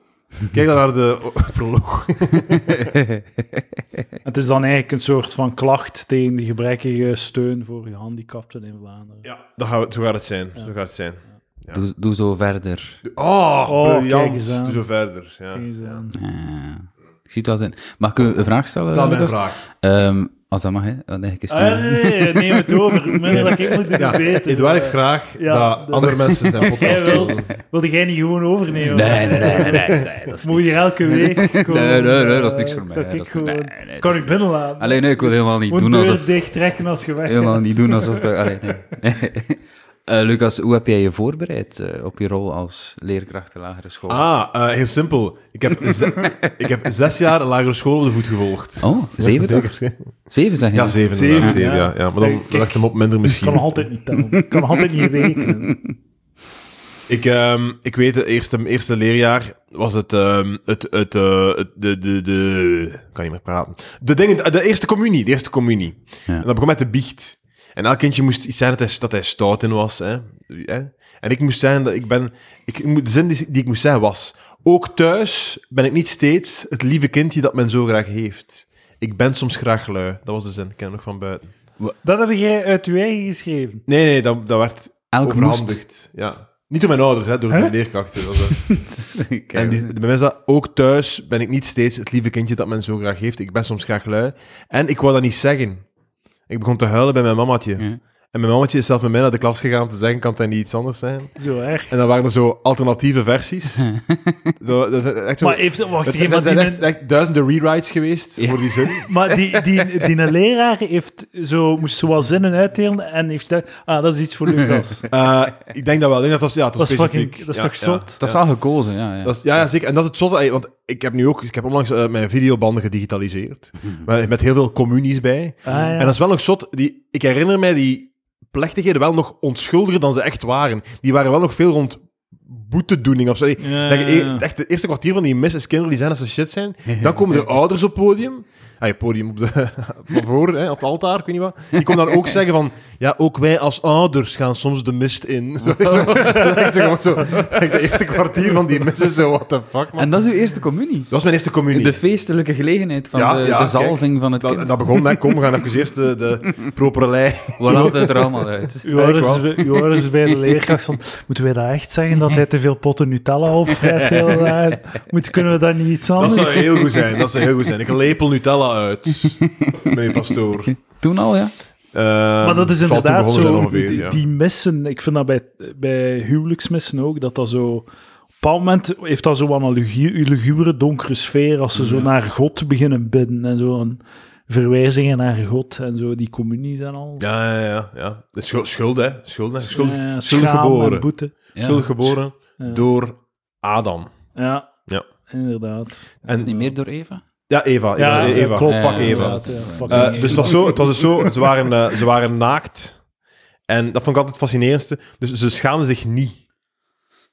S1: kijk dan naar de o- proloog.
S2: Het is dan eigenlijk een soort van klacht tegen de gebrekkige steun voor gehandicapten in Vlaanderen.
S1: Ja, dan gaan we, zo gaat het zijn. Zo gaat het zijn.
S3: Doe, doe zo verder.
S1: Oh,
S2: Oh, kijk
S1: briljant.
S2: eens aan.
S1: Doe zo verder. Ja.
S2: Geen zin.
S3: Ah, ik zie het wel zijn. Mag ik u een vraag stellen?
S1: Dat is mijn
S3: Lucas?
S1: vraag.
S3: Ehm, als dat mag, hè. Dan denk ik eens
S2: Ah, nee,
S3: doen.
S2: nee, nee, neem het over. Hoe meer dat ik moet doen,
S1: Ja,
S2: hoe beter.
S1: Edouard heeft graag
S2: ja,
S1: dat
S2: dat-
S1: andere mensen zijn
S2: jij
S1: podcast
S2: wilt,
S1: doen.
S2: wilde jij niet gewoon overnemen?
S3: Nee, nee, nee, nee, nee, nee, dat is
S2: Moet je
S3: niks.
S2: elke week gewoon,
S3: Nee, nee, nee, dat is
S2: eh,
S3: niks voor mij.
S2: zou
S3: Dat
S2: ik
S3: is-
S2: gewoon-
S3: nee, nee, dat
S2: kan
S3: is
S2: ik binnenlaten?
S3: Alleen nee, ik wil helemaal niet
S2: Moet
S3: doen
S2: deur
S3: alsof...
S2: dicht trekken als je weg
S3: Helemaal niet doen alsof... Dat... Allee, nee. Eh, Lucas, hoe heb jij je voorbereid eh, op je rol als leerkracht de lagere school?
S1: Ah, eh, heel simpel. Ik heb, ze- ik heb zes jaar een lagere school op de voet gevolgd.
S3: oh, zeven
S1: ja,
S3: toch?
S1: zeker.
S3: Zeven zeg je?
S1: Ja,
S3: nu?
S1: zeven.
S2: Zeven,
S1: inderdaad, zeven,
S2: ja.
S1: ja. ja. Maar dan
S2: Kijk.
S1: legt hem op minder
S2: Ik kan nog
S1: misschien.
S2: altijd niet tellen. Ik kan nog altijd niet rekenen.
S1: Ik, ehm, ik weet, het eerste, eerste leerjaar was het... ehm, het, het, eh, het- de, de, de... Ik kan niet meer praten. De, dingen, de eerste communie. De eerste communie.
S3: Ja.
S1: En dat begon met de biecht. En elk kindje moest iets zijn dat hij, dat hij stout in was. Hè. Hè? En ik moest zijn dat ik ben... Ik, moet- de zin die, die ik moest zeggen was... Ook thuis ben ik niet steeds het lieve kindje dat men zo graag heeft. Ik ben soms graag lui. Dat was de zin. Ik ken hem nog van buiten.
S2: Dat heb jij uit je eigen geschreven.
S1: Nee, nee, dat, dat werd
S3: Elk moest.
S1: overhandigd. Ja. Niet door mijn ouders, hè, door de
S2: Hè?
S1: leerkrachten. Dat was, eh,
S3: Kijk,
S1: en die, bij mij is dat ook thuis ben ik niet steeds het lieve kindje dat men zo graag heeft. Ik ben soms graag lui. En ik wou dat niet zeggen. Ik begon te huilen bij mijn mamatje.
S3: Ja.
S1: En mijn mamatje is zelf met mij naar de klas gegaan om te zeggen, kan het niet iets anders zijn?
S2: Zo erg.
S1: En dan waren er zo alternatieve versies. zo, dat is echt zo,
S2: Maar heeft... Wacht,
S1: dat
S2: even,
S1: zijn,
S2: maar
S1: dat zijn
S2: die-
S1: echt, echt duizenden rewrites geweest voor die zin.
S2: Maar die, die, die een leraar heeft zo, moest zo wat zinnen uitdelen en heeft gezegd, ah, dat is iets voor Lucas.
S1: Eh, ik denk dat wel. Ik denk dat was, ja, het was
S2: Dat is
S1: specifiek.
S2: fucking, dat is
S1: Ja,
S2: toch
S1: ja.
S2: zot?
S3: Dat is al gekozen, ja. ja.
S1: Dat is- ja, ja, zeker. En dat is het zotte, eh, want ik heb nu ook, ik heb onlangs eh, mijn videobanden gedigitaliseerd. Met, met heel veel communies bij.
S2: Ah, ja.
S1: En dat is wel nog zot, die, ik herinner mij die plechtigheden wel nog onschuldiger dan ze echt waren. Die waren wel nog veel rond boetedoening of zo. Eh,
S2: Ja,
S1: dat je
S2: ja, ja.
S1: e- Echt, de eerste kwartier van die mis is kinderen die zijn als ze shit zijn. Dan komen er ouders op het podium. Ah, je podium op de, van voor, hè, op het altaar, ik weet niet wat. Die komen dan ook zeggen van, ja, ook wij als ouders gaan soms de mist in. Zo, dat is echt gewoon zo, echt de eerste kwartier van die mis is zo, what the fuck, man.
S3: En dat is uw eerste communie.
S1: dat was mijn eerste communie.
S3: De feestelijke gelegenheid van
S1: Ja,
S3: de,
S1: ja,
S3: de zalving van het
S1: dat,
S3: kind.
S1: dat begon met, kom, we gaan even eerst de, de propere lei.
S3: We laten het er allemaal uit.
S2: Uw ouders, uw ouders bij de leerkracht van, moeten wij dat echt zeggen dat hij te veel potten Nutella opvrijt? wil laten? Moet, kunnen we daar niet iets
S1: Dat
S2: anders?
S1: zou heel goed zijn, dat zou heel goed zijn. Ik lepel Nutella uit, meneer pastoor. Ehm,
S3: Toen al, ja.
S2: Maar dat is inderdaad zo, die,
S1: ja.
S2: die missen, ik vind dat bij, bij huwelijksmissen ook, dat dat zo... Op een bepaald moment heeft dat zo wat een lugu- lugubere, donkere sfeer, als ze zo naar God beginnen bidden en zo, een verwijzingen naar God en zo, die communies en al.
S1: Ja, ja, ja. ja. Het is schuld, schuld, hè. Schuld, hè. Schuld,
S2: Eh,
S1: schuldig
S2: schaam en
S1: geboren.
S2: boete.
S3: ja.
S1: Schuldig geboren
S2: Ja.
S1: door Adam.
S2: Ja,
S1: Ja.
S2: inderdaad.
S3: Dat is
S1: En,
S3: niet meer door Eva?
S1: ja, Eva. Eva,
S2: Ja,
S1: Eva.
S2: klopt.
S1: Fuck Eva.
S2: inderdaad, ja, fuck
S1: Eh,
S2: Eva.
S1: dus het was, zo, het was dus zo, ze waren, eh, ze waren naakt. En dat vond ik altijd het fascinerendste. Dus ze schaamden zich niet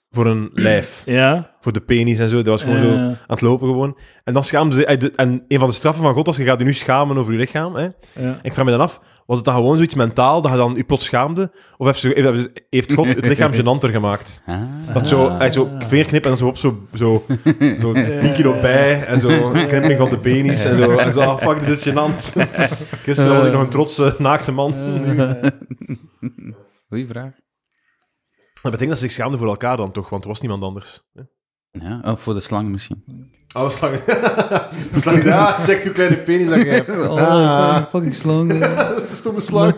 S1: voor hun lijf.
S2: Ja,
S1: Voor de penis en zo. Dat was gewoon zo
S2: eh,
S1: aan het lopen gewoon. En dan schaamden ze... eh, de- En een van de straffen van God was, je gaat je nu schamen over je lichaam. Hè?
S2: ja.
S1: Ik vraag me dan af, was het dan gewoon zoiets mentaal dat je dan je plots schaamde? Of heeft, ze- heeft- heeft God het lichaam genanter gemaakt?
S3: Ah.
S1: Dat zo, hij zo veerknip en dan zo op zo, zo, zo 10 kilo bij en zo een knipping van de benies en zo. En zo, ah, fuck, dit is gênant. Gisteren was ik nog een trotse naakte man. Eh,
S3: Goeie vraag.
S1: Dat betekent dat ze zich schaamden voor elkaar dan toch, want er was niemand anders.
S3: Ja, of voor de slang misschien.
S1: Alles slang. slang, ja, check hoe kleine penis dat je hebt. Ah.
S3: Oh, fucking slang. eh.
S1: Stomme slang.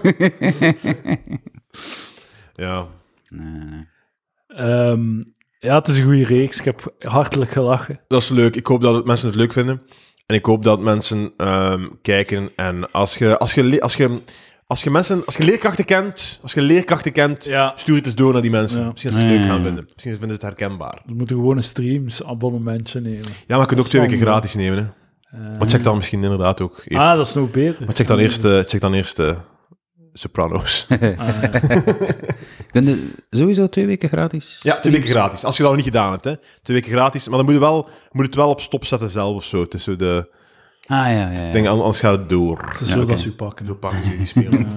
S1: Ja.
S3: Nee, nee, nee.
S2: Ehm, ja, het is een goede reeks. Ik heb hartelijk gelachen.
S1: Dat is leuk. Ik hoop dat het, mensen het leuk vinden. En ik hoop dat mensen ehm, kijken. En als je, als, je, le- als, je, als je mensen, als je leerkrachten kent, als je leerkrachten kent,
S2: Ja.
S1: stuur het eens door naar die mensen.
S2: Ja.
S1: Misschien dat ze het leuk
S3: Ja, ja,
S1: gaan
S3: ja.
S1: vinden. Misschien vinden ze het herkenbaar.
S2: We moeten gewoon een streams abonnementje nemen.
S1: Ja, maar je kunt
S2: Dat
S1: ook
S2: is
S1: twee
S2: wel
S1: weken
S2: mooi.
S1: gratis nemen. Hè.
S2: Eh,
S1: Maar check dan misschien inderdaad ook eerst.
S2: ah, dat is nog beter.
S1: maar check dan eerst, eh, check dan eerst eh, Sopranos.
S2: Ah, ja.
S3: Kun je sowieso twee weken gratis?
S1: Ja, twee weken gratis. Als je dat nog niet gedaan hebt, hè. Twee weken gratis. Maar dan moet je, wel, moet het wel op stop zetten zelf of zo. Het is zo de...
S3: Ah, ja, ja. ja.
S1: Ding, anders gaat het door.
S2: Het is zo Dus dat ze u pakken.
S1: Zo pakken ze die spelen.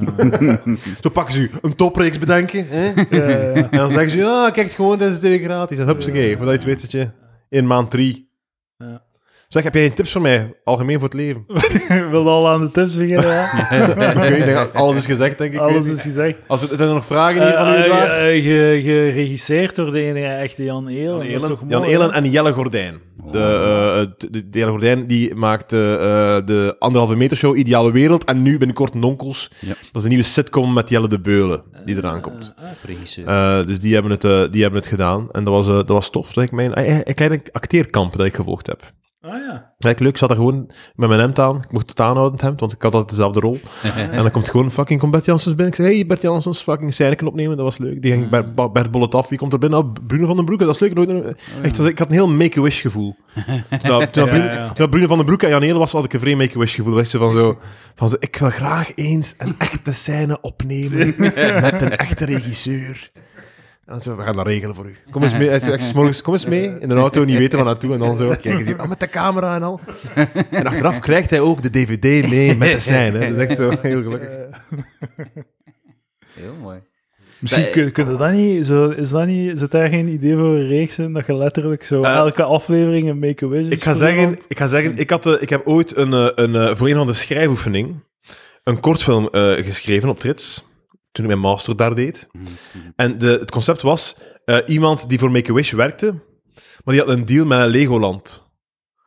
S1: Zo pakken ze u een topreeks bedenken. Hè?
S2: Eh, Ja, ja, ja.
S1: En dan zeggen ze, ja, kijk het gewoon, dit is twee weken gratis. En hupsakee, voordat je het weet zit je in maand drie.
S2: Ja.
S1: Zeg, heb jij tips voor mij? Algemeen voor het leven?
S2: Ik wilde al aan de tips beginnen. ja.
S1: ik weet niet, alles is gezegd, denk ik. Ik weet
S2: Alles
S1: niet.
S2: is gezegd.
S1: Als er, zijn er nog vragen hier van u,
S2: Eh,
S1: Edouard?
S2: eh, eh, ge- Geregisseerd door de enige echte Jan Eelen.
S1: Jan
S2: Dat is toch
S1: Elen, Jan
S2: mooi,
S1: Elen
S2: hè?
S1: en Jelle Gordijn. De, eh, eh, t- de, de Jelle Gordijn die maakt eh, eh, de anderhalve meter show Ideale Wereld. En nu binnenkort Nonkels.
S3: Ja.
S1: Dat is een nieuwe sitcom met Jelle de Beulen
S2: Eh,
S1: die eraan komt.
S3: Regisseur.
S1: Eh, dus die hebben, het, eh, die hebben het gedaan. En dat was, eh, dat was tof. Dat ik mijn, eh, een klein acteerkamp dat ik gevolgd heb.
S2: Ah ja.
S1: Kijk, leuk, ik zat er gewoon met mijn hemd aan. Ik mocht het aanhouden, het hemd, want ik had altijd dezelfde rol. en dan komt gewoon fucking komt Bert Janssens binnen. Ik zeg, hey Bert Janssens, fucking scèneken opnemen, dat was leuk. Die ging Bert, Ba- Bert Bollet af. Wie komt er binnen? Oh, Bruno van den Broeke, dat is leuk. Nooit- nooit- Echt, ik had een heel make-a-wish gevoel. toen, dat- toen, dat
S2: Ja,
S1: Bruno,
S2: ja.
S1: toen dat Bruno van den Broeke en Jan Hele was, had ik een vreemd make-a-wish gevoel. Weet je, van zo, van zo, ik wil graag eens een echte scène opnemen met een echte regisseur. En dan zo, we gaan dat regelen voor u. Kom eens mee, Hij zei echt 's morgens, kom eens mee in de auto, niet weten waar naartoe. En dan zo, kijk eens hier, ah, met de camera en al. En achteraf krijgt hij ook de dvd mee met de scène. hè. Dat is echt zo heel gelukkig.
S2: Eh,
S3: Heel mooi. Eh,
S2: Misschien
S3: Bij-
S2: kun, kun je dat niet, zo, is dat niet... Zit daar geen idee voor een reeks in? Dat je letterlijk zo
S1: Eh,
S2: elke aflevering een make-a-wish
S1: Ik ga zeggen, ik, ga zeggen ik, had, eh, ik heb ooit een, eh, een, eh, voor een van de schrijfoefening een kortfilm eh, geschreven op Trits, toen ik mijn master daar deed. En de, het concept was eh, iemand die voor Make-A-Wish werkte, maar die had een deal met Legoland.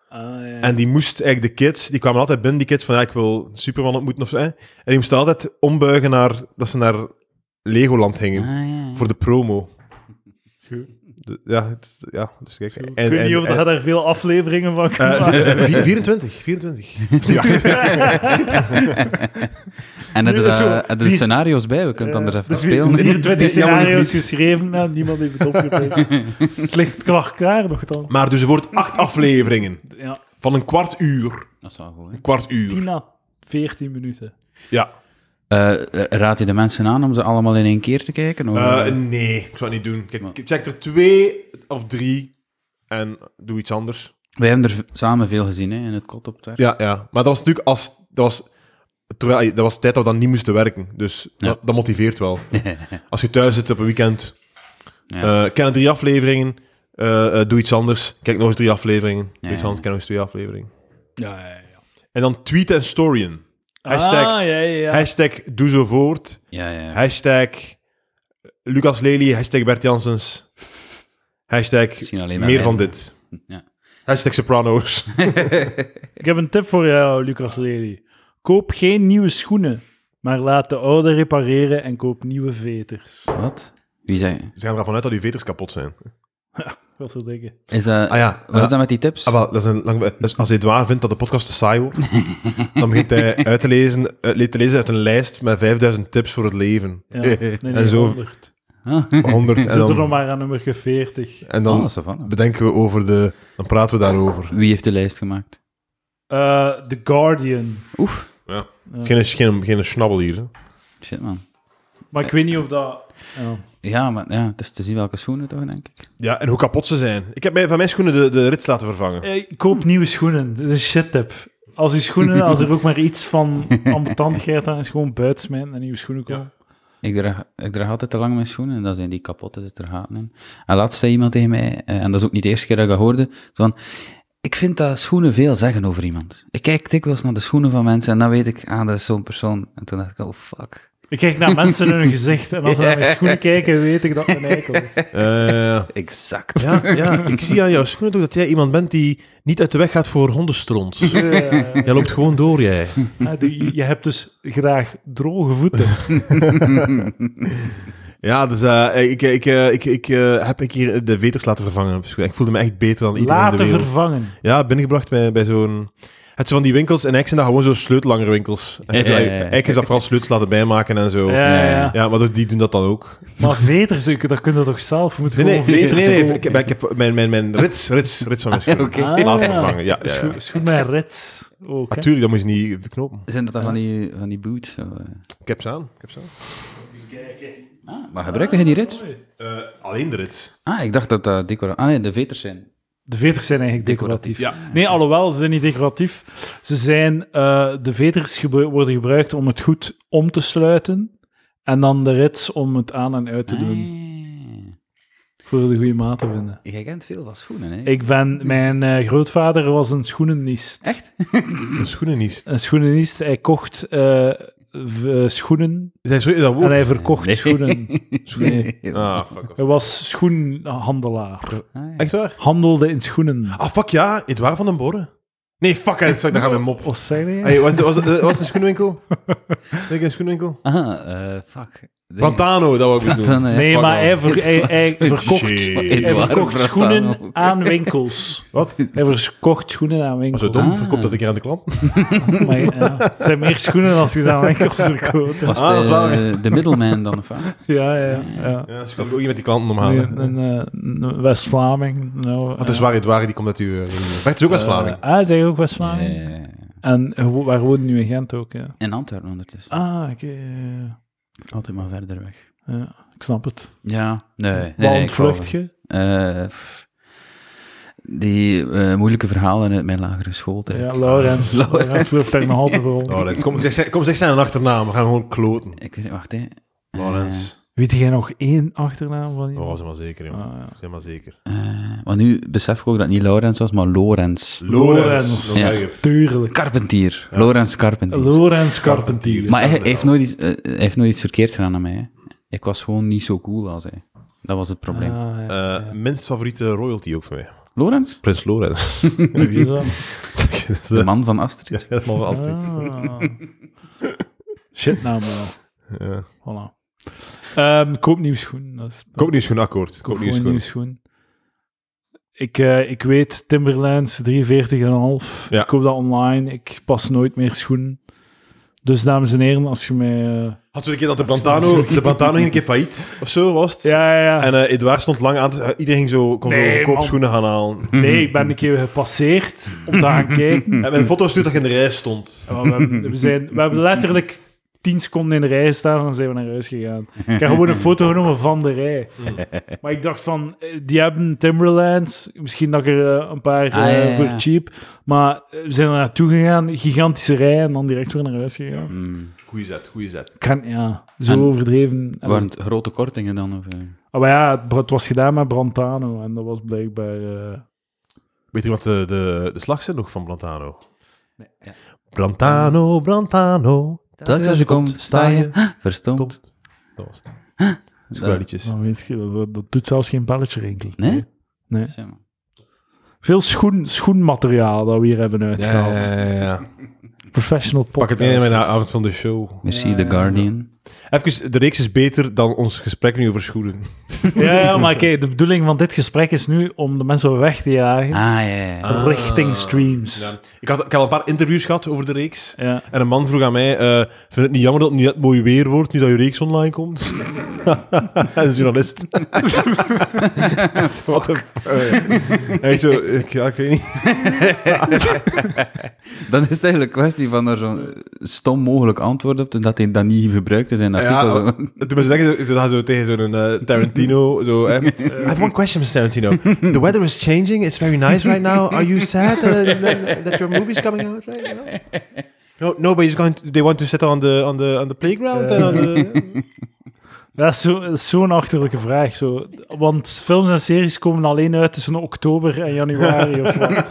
S2: Ah, ja.
S1: En die moest eigenlijk de kids, die kwamen altijd binnen, die kids van ja, ik wil Superman ontmoeten of zo. hè. En die moesten altijd ombuigen naar, dat ze naar Legoland
S2: Ah,
S1: gingen,
S3: Ah.
S1: voor de promo.
S2: Goed.
S1: De- ja, het- ja, dus kijk. En,
S2: ik weet
S1: en-
S2: niet of
S1: en-
S2: je daar veel afleveringen van kan
S1: eh,
S2: maken.
S1: vi- 24, 24. Ja.
S3: En hebben
S2: Nee, dat is zo.
S3: er de
S2: Vier-
S3: scenario's bij? We kunnen het anders even
S2: Dus
S3: spelen.
S2: 24
S1: Dit is jammer genoeg
S2: scenario's
S1: niet.
S2: geschreven en niemand heeft het opgetekend. het ligt klaar, klaar nogthans.
S1: Maar dus er wordt acht afleveringen
S2: Ja,
S1: van een kwart uur.
S3: Dat is wel goed, hè?
S1: Kwart uur.
S2: 10 à 14 minuten.
S1: Ja.
S3: Eh, raad je de mensen aan om ze allemaal in één keer te kijken? Of,
S1: Eh, nee, ik zou het niet doen. Kijk, ik check er twee of drie en doe iets anders.
S3: Wij hebben er samen veel gezien, hè, in het kot op het werk.
S1: Ja, ja. Maar dat was natuurlijk als... Dat was, terwijl, dat was tijd dat we dan niet moesten werken. Dus dat, dat motiveert wel. als je thuis zit op een weekend,
S3: Ja.
S1: eh, ken drie afleveringen, eh, eh, doe iets anders. Kijk nog eens drie afleveringen. Doe
S3: Ja.
S1: iets anders, ken nog eens twee afleveringen.
S2: Ja, ja, ja.
S1: En dan tweet en storyen. Hashtag,
S2: Ah, ja, ja. ja.
S1: hashtag doe zo voort.
S3: Ja, ja.
S1: Hashtag Lucas Lely, hashtag Bert Janssens. Hashtag
S3: Misschien alleen maar
S1: meer
S3: mij.
S1: van dit.
S3: Ja.
S1: Hashtag Soprano's.
S2: Ik heb een tip voor jou, Lucas Lely. Koop geen nieuwe schoenen, maar laat de oude repareren en koop nieuwe veters.
S3: Wat? Wie zei...
S1: Ze gaan ervan uit dat uw veters kapot zijn.
S2: Wat zou denken?
S3: Is dat...
S1: Ah ja,
S3: Eh, Wat is dat met die tips?
S1: Ah, wel, dat is een lang... dus als Edouard vindt dat de podcast te saai wordt, dan begint hij uit te lezen, uit te lezen uit een lijst met 5000 tips voor het leven.
S2: Ja, nee, nee,
S1: En zo-
S2: 100.
S3: Ah.
S1: 100 en
S2: Zit er nog
S1: dan,
S2: maar aan nummer 40.
S1: en
S3: Oh,
S1: dan
S3: dat is wel van.
S1: bedenken we over de... Dan praten we daarover.
S3: Wie heeft de lijst gemaakt?
S2: Eh, The Guardian.
S3: Oef.
S1: Ja. Het is geen, geen, geen schnabbel hier. hè.
S3: Shit, man.
S2: Maar ik weet niet of dat... Ja.
S3: Ja, maar ja, het is te zien welke schoenen toch, denk ik.
S1: Ja, en hoe kapot ze zijn. Ik heb mij, van mijn schoenen de, de rits laten vervangen.
S2: Eh, koop nieuwe schoenen. Dat is een shit tip. Als uw schoenen, als er ook maar iets van ambetantigheid aan is, gewoon buiten smijten en nieuwe schoenen kopen.
S3: Ik draag, ik draag altijd te lang mijn schoenen en dan zijn die kapot, dus er zitten er gaten in. En laatst zei iemand tegen mij, eh, en dat is ook niet de eerste keer dat ik dat hoorde, zo van, ik vind dat schoenen veel zeggen over iemand. Ik kijk dikwijls naar de schoenen van mensen en dan weet ik, ah, dat is zo'n persoon. En toen dacht ik, oh fuck.
S2: Ik kijk naar mensen in hun gezicht en als ze naar mijn schoenen kijken, weet ik dat het een eikel is.
S1: Eh,
S3: Exact.
S1: Ja, ja, ik zie aan jouw schoenen toch dat jij iemand bent die niet uit de weg gaat voor hondenstront.
S2: Eh,
S1: Jij loopt gewoon door, jij.
S2: ah, je, je hebt dus graag droge voeten.
S1: Ja, dus eh, ik, ik, eh, ik, ik eh, heb ik hier de veters laten vervangen. Dus Ik voelde me echt beter dan iedereen in de
S2: Laten
S1: wereld.
S2: vervangen.
S1: Ja, binnengebracht bij, bij zo'n... Het zijn van die winkels, en eigenlijk zijn dat gewoon zo sleutelangere winkels. En
S3: Ja, ja, ja.
S1: Eigenlijk is dat vooral sleutels laten bijmaken en zo. Ja.
S2: Ja, ja, ja.
S1: maar dat- die doen dat dan ook.
S2: Maar veters, ik- dat kun je toch zelf? Je moet
S1: Nee,
S2: gewoon
S1: nee, nee,
S2: veters
S1: nee, nee,
S2: kopen.
S1: Ik, heb, ik heb mijn, mijn, mijn rits, rits, rits van mijn schoenen
S3: Oké.
S2: Ah,
S1: laten
S2: ja.
S1: vervangen. Ja, ja, ja.
S2: Scho- Schoen met rits ook. hè.
S1: Natuurlijk, dat moet je niet verknopen.
S3: Zijn dat dan van die, van die boots? Zo, eh?
S1: Ik heb ze aan. Ik heb ze aan.
S3: Ah, maar gebruikte je die rits?
S1: Eh, alleen de rits.
S3: Ah, ik dacht dat dat decor... Ah nee, de veters zijn.
S2: De veters zijn eigenlijk decoratief.
S1: Decoratief,
S2: Nee, alhoewel, ze zijn niet decoratief. Ze zijn, eh, de veters gebru- worden gebruikt om het goed om te sluiten. En dan de rits om het aan en uit te doen. Voor de goede maat te vinden.
S3: Ah, Jij kent veel van schoenen, hè?
S2: Ik ben, mijn eh, grootvader was een schoenenist.
S3: Echt?
S1: Een schoenenist.
S2: Een schoenenist. Hij kocht eh, v- eh, schoenen
S1: Is hij zo- is dat woord?
S2: en hij verkocht
S3: Nee.
S2: schoenen. Nee.
S1: Ah, fuck off.
S2: Hij was schoenhandelaar.
S3: Ah, ja.
S1: Echt waar?
S2: Handelde in schoenen.
S1: Ah, fuck ja, Edouard van den Borren. Nee, fuck, hij- fuck daar gaan we mop.
S3: Ah,
S2: Wat zei hij?
S1: Hey, was, was, was, was het een schoenwinkel? Denk je een schoenwinkel?
S3: Ah, eh, fuck.
S1: Brantano, dat wou ik bedoelen.
S3: Brantano, ja.
S2: Nee,
S1: Fuck
S2: maar
S1: man.
S2: hij, ver- hij, hij verkocht,
S1: Shit.
S2: hij
S3: Edouard
S2: verkocht
S3: Brantano.
S2: schoenen aan winkels.
S1: Wat?
S2: Hij verkocht schoenen aan
S1: Maar
S2: winkels.
S1: zo dom,
S3: Ah.
S1: verkoopt dat een keer aan de klant.
S2: Maar ja, het zijn meer schoenen als je ze aan winkels verkoopt.
S3: Was
S1: Ah, dat is waar.
S3: eh, de, de middleman dan, of wat?
S2: Ja, ja, ja.
S1: Ja, dus ik wil ook niet met die klanten omhalen.
S2: Nee, een, eh, een West-Vlaming. Nou,
S1: Wat is waar, Ah, het waar, die komt uit uw... regio. Maar het is ook West-Vlaming.
S2: eh, ah, zijn ook West-Vlaming?
S3: Eh,
S2: En gewo- waar woont nu in Gent ook? Ja.
S3: in Antwerpen ondertussen.
S2: Ah, oké. ja, ja,
S3: Altijd maar verder weg.
S2: ja. Ik snap het.
S3: Ja, nee. nee,
S2: Wat
S3: nee, ik wou-
S2: ontvlucht je?
S3: Eh, pff. die eh, moeilijke verhalen uit mijn lagere schooltijd.
S2: Ja, Laurens. Laurens loopt daar nog altijd rond.
S1: Laurens, Oh, kom, zeg, zeg- kom zeg zijn een achternaam, we gaan gewoon kloten.
S3: Ik weet, wacht, hè. Eh,
S1: Laurens.
S2: Weet jij nog één achternaam van
S1: Oh,
S2: iemand?
S1: zeg maar zeker, jongen.
S2: Ah, ja.
S1: Zeg maar zeker.
S3: Eh, want nu besef ik ook dat het niet Laurens was, maar Lorens.
S1: Laurens.
S3: Ja.
S1: Laurens.
S2: Tuurlijk.
S3: Carpentier. Laurens Carpentier.
S2: Laurens Carpentier.
S3: maar hij, hij heeft nooit iets, eh, hij heeft nooit iets verkeerd gedaan aan mij. hè. Ik was gewoon niet zo cool als hij. Dat was het probleem.
S2: Ah, ja.
S1: Eh, Minst favoriete royalty ook voor mij.
S3: Laurens?
S1: Prins Laurens.
S2: Wie is dat?
S1: Dus, eh,
S3: De man van Astrid.
S1: helemaal wel Astrid.
S2: Ah. Shit naam wel.
S3: Ah.
S1: Ja.
S2: Voilà. Ehm, koop nieuwe schoenen. Dat is
S1: Koop nieuw schoen, akkoord. Koop nieuw
S2: gewoon nieuwe
S1: schoen.
S2: schoen. Ik, eh, ik weet Timberlands 43,5.
S1: Ja.
S2: Ik koop dat online. Ik pas nooit meer schoenen. Dus dames en heren, als je mij. eh,
S1: Had we een keer dat de Brantano, de Brantano ging een keer failliet of zo was het?
S2: Ja, ja, ja.
S1: En eh Edouard stond lang aan te... Iedereen ging zo, kon
S2: Nee,
S1: zo goedkoop
S2: man.
S1: schoenen gaan halen.
S2: Nee, ik ben een keer gepasseerd om te gaan kijken.
S1: En mijn foto stuurt dat je in de rij stond.
S2: Ja, maar we, hebben, we, zijn, we hebben letterlijk 10 seconden in de rij staan en dan zijn we naar huis gegaan. Ik heb gewoon een foto genomen van de rij. Maar ik dacht van, eh, die hebben Timberlands. Misschien dat ik er eh, een paar
S3: Ah,
S2: eh,
S3: ja, ja.
S2: voor cheap. Maar eh, we zijn er naartoe gegaan, gigantische rij en dan direct weer naar huis gegaan.
S3: Mm.
S1: Goeie zet, goeie zet.
S2: Ik kan, ja, zo
S3: En-
S2: overdreven. En-
S3: Waren het grote kortingen dan? Of, eh?
S2: Ah, maar ja, het, het was gedaan met Brantano en dat was blijkbaar... eh,
S1: Weet je wat de, de, de slag zit nog van Brantano?
S3: Nee, ja.
S1: Brantano, Brantano. Dat als je komt, sta je.
S3: Ah, Verstomd.
S1: Tot. Dat was het.
S3: Dat-
S1: Squelletjes.
S2: nou, weet je, dat- dat, dat doet zelfs geen belletje rinkelen.
S3: Nee?
S2: Nee.
S3: Zeg maar.
S2: Veel schoen, schoenmateriaal dat we hier hebben uitgehaald.
S1: Ja, ja, ja, ja.
S2: Professional podcast.
S1: Pak het mee naar de avond van de show.
S3: Merci,
S2: Ja,
S3: The
S2: ja.
S3: Guardian.
S1: Even, de reeks is beter dan ons gesprek nu over schoenen.
S2: Ja, ja, maar kijk, de bedoeling van dit gesprek is nu om de mensen weg te jagen
S3: Ah, ja, ja. ja.
S2: richting streams.
S1: Ik, had, ik had een paar interviews gehad over de reeks.
S2: Ja.
S1: En een man vroeg aan mij, eh, vind je het niet jammer dat het nu net mooi weer wordt, nu dat je reeks online komt? Een journalist. What the fuck? Echt zo, ik, ja, ik weet niet.
S3: Dan is het eigenlijk een kwestie van er zo'n eh, stom mogelijk antwoord op, te- dat hij dat niet gebruikt in zijn artikel.
S1: Ja, toen moest ik denken, ik zat zo tegen zo'n eh, Tarantino. Zo, hè. I have one question, Mr. Tarantino. The weather is changing, it's very nice right now. Are you sad uh, that, that- that your movie's coming out right now? No, nobody's going to, they want to sit on the, on the, on the playground. and on the-
S2: Dat is zo- dat is zo'n achterlijke vraag. Zo. Want films en series komen alleen uit tussen oktober en januari of wat.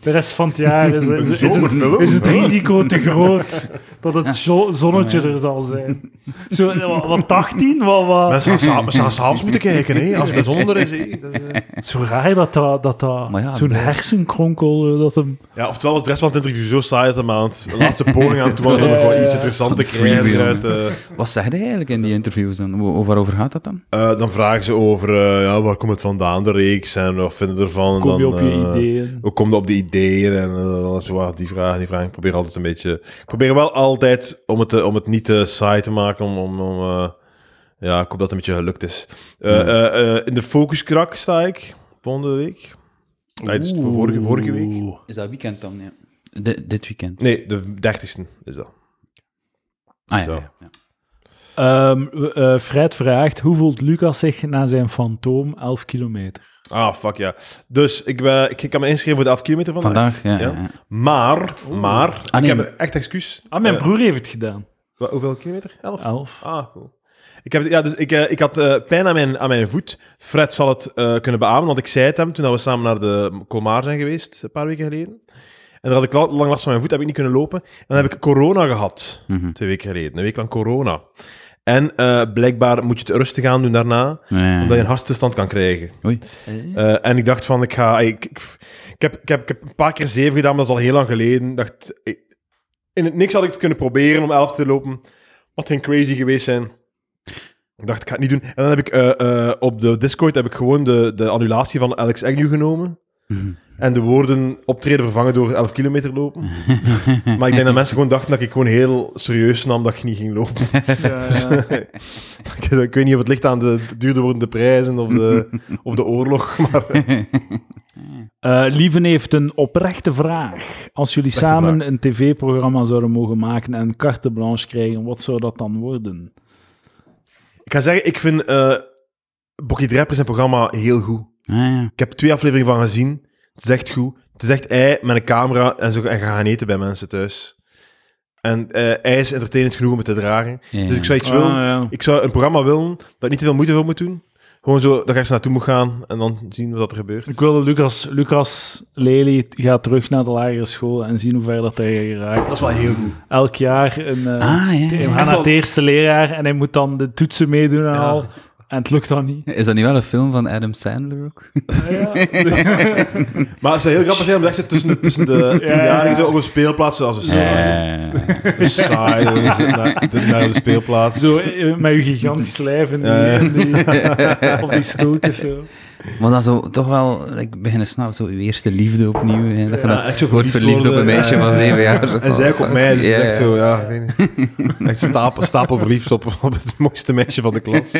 S2: De rest van het jaar is, is, is, het, is
S3: Oh.
S2: het risico te groot dat het zo- zonnetje er zal zijn. Zo, wat- wat, 18? Wat, wat?
S1: Mensen gaan s'avonds- mensen gaan s'avonds moeten kijken, hè, als het onder is. hè. Dat is, eh.
S2: Het is zo raar dat, dat, dat, dat
S3: Maar ja,
S2: zo'n
S3: nee.
S2: hersenkronkel... eh, Dat hem,
S1: Ja, oftewel was de rest van het interview zo saai dat de maand laatste poging aan toe was om er gewoon iets interessants te krijgen.
S3: Freewheelen.
S1: Uit, eh.
S3: Wat zeg hij eigenlijk in die interviews dan? Wo- Waarover gaat dat dan?
S1: Eh, dan vragen ze over eh, ja, waar komt het vandaan, de reeks, en wat vinden we ervan. en
S2: kom je
S1: dan,
S2: op je
S1: eh,
S2: ideeën?
S1: Hoe kom je op die ideeën en eh, zo, wat, die vragen, die vragen. Ik probeer altijd een beetje... Ik probeer wel altijd, om het, eh, om het niet te saai te maken, om... om, om, eh, ja, ik hoop dat het een beetje gelukt is. Eh,
S3: Ja.
S1: eh, eh, in de focuskrak sta ik volgende week. Nee, dus voor vorige, vorige week.
S2: Oeh.
S3: Is dat weekend dan? Ja. Di- dit weekend.
S1: Nee, de dertigste is dat.
S3: Ah
S1: Zo.
S3: ja. ja, ja.
S2: Ehm, w- eh, Fred vraagt, hoe voelt Lucas zich na zijn fantoom 11 kilometer?
S1: Ah, fuck ja. Dus ik, ben, ik, ik kan me inschrijven voor de 11 kilometer vandaag.
S3: Vandaag, ja.
S1: Ja.
S3: ja. ja.
S1: Maar, maar, ik
S3: nee.
S1: heb een echt excuus.
S2: Ah, mijn
S1: Eh,
S2: broer heeft het gedaan.
S1: wa- hoeveel kilometer? 11?
S2: 11.
S1: Ah, cool. Ik, heb, ja, dus ik, eh, ik had eh, pijn aan mijn, aan mijn voet. Fred zal het eh, kunnen beamen, want ik zei het hem toen we samen naar de Colmar zijn geweest, een paar weken geleden. En daar had ik la- lang last van mijn voet, heb ik niet kunnen lopen. En dan heb ik corona gehad,
S3: Mhm.
S1: twee weken geleden. Een week lang corona. En eh, blijkbaar moet je het rustig aan doen daarna,
S3: Ja,
S1: omdat je een hartstilstand kan krijgen.
S3: Oei.
S1: Eh, en ik dacht van, ik ga... Ik, ik, ik heb, ik, heb, ik heb een paar keer zeven gedaan, maar dat is al heel lang geleden. Ik dacht, ik- in het niks had ik het kunnen proberen om elf te lopen. Wat geen crazy geweest zijn. Ik dacht, ik ga het niet doen. En dan heb ik eh, eh, op de Discord heb ik gewoon de, de annulatie van Alex Agnew genomen. En de woorden optreden vervangen door 11 kilometer lopen. maar ik denk dat mensen gewoon dachten dat ik gewoon heel serieus nam dat ik niet ging lopen.
S2: Ja,
S1: ik, ik weet niet of het ligt aan de duurder wordende prijzen of de, of de oorlog. Maar
S2: Eh, Lieven heeft een oprechte vraag. Als jullie
S1: Oprechte
S2: samen een tv-programma zouden mogen maken en carte blanche krijgen, wat zou dat dan worden?
S1: ik ga zeggen, ik vind eh Bokkie Drepper zijn programma heel goed.
S3: Ah, ja.
S1: Ik heb twee afleveringen van gezien. Het is echt goed. Het is echt hij met een camera en, zo, en ga gaan eten bij mensen thuis. En eh, hij is entertainend genoeg om het te dragen.
S3: Ja,
S1: Dus ik zou iets
S2: Ah,
S1: willen.
S2: ja.
S1: Ik zou een programma willen dat niet te veel moeite voor moet doen. Gewoon zo dat je eens naartoe moet gaan en dan zien wat er gebeurt.
S2: Ik wilde Lucas, Lucas Lely gaat terug naar de lagere school en zien hoe ver dat hij geraakt.
S1: Dat is wel heel goed.
S2: Elk jaar een, eh
S3: Ah, ja,
S2: hij
S3: ja.
S2: gaat naar het
S1: wel-
S2: eerste leerjaar en hij moet dan de toetsen meedoen en al. En het lukt dan niet. Ah,
S3: Is dat niet wel een film van Adam Sandler ook?
S1: Maar het zou heel grappig zijn om echt zo tussen de, tussen de tienjarigen zo op een speelplaats zoals een saai. zo, zo naar, naar de speelplaats.
S2: Zo, eh, met je gigantisch lijf in die,
S1: Ja, ja.
S2: in die- op die stoeltjes. Zo.
S3: Maar dan zo, toch wel, ik begin te snappen, zo uw eerste liefde opnieuw. Hè, dat je
S1: Ja,
S3: dan
S1: echt zo
S3: wordt
S1: verliefd
S3: verliefd op een
S1: worden,
S3: meisje
S1: ja.
S3: van zeven jaar.
S1: En zij ook op mij, dus
S3: Ja,
S1: het is echt
S3: ja.
S1: zo, ja, ik weet niet. Echt stapel, stapel verliefd op, op het mooiste meisje van de klas.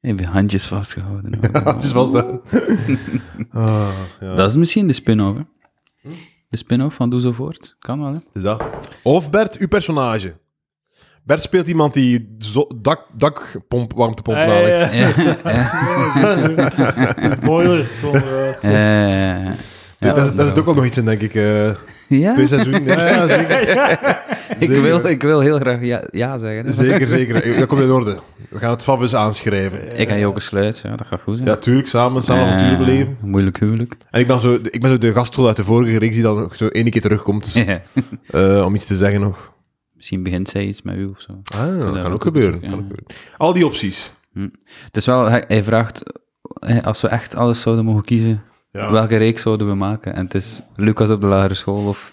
S3: Heb je handjes vastgehouden.
S1: Dus was dat. Ah, ja.
S3: Dat is misschien de spin-off, hè?
S1: Hm?
S3: De spin-off van Doe Zo Voort. Kan wel, hè?
S1: Dus dat. Of Bert, uw personage. Bert speelt iemand die zo- dak, dakpomp, warmtepomp
S2: Ah,
S1: nalegt.
S2: ja, ja. Spoiler. zonder, eh,
S3: Eh, ja,
S1: dat, is- dat is ook wel nog iets in, denk ik. eh,
S3: ja?
S1: twee seizoenen. Ja, ja, zeker.
S3: Ik, wil, ik wil heel graag ja, ja zeggen. hè.
S1: Zeker, zeker. Eh, Dat komt in orde. We gaan het fabus aanschrijven.
S3: Ik en Joke Sluits, ja, dat gaat goed zijn.
S1: Ja, tuurlijk, samen, samen
S3: Eh,
S1: avontuur beleven.
S3: Moeilijk huwelijk.
S1: En ik, dan zo, ik ben zo de gastrol uit de vorige reeks die dan ook zo één keer terugkomt eh, om iets te zeggen nog.
S3: Misschien begint zij iets met u of zo.
S1: Ah, dat
S3: dat
S1: kan ook
S3: ook
S1: gebeuren.
S3: natuurlijk,
S1: kan
S3: ja.
S1: ook gebeuren. Al die opties.
S3: Het is wel, hij, hij vraagt, eh, als we echt alles zouden mogen kiezen,
S1: Ja.
S3: welke reeks zouden we maken? En het is Lucas op de lagere school of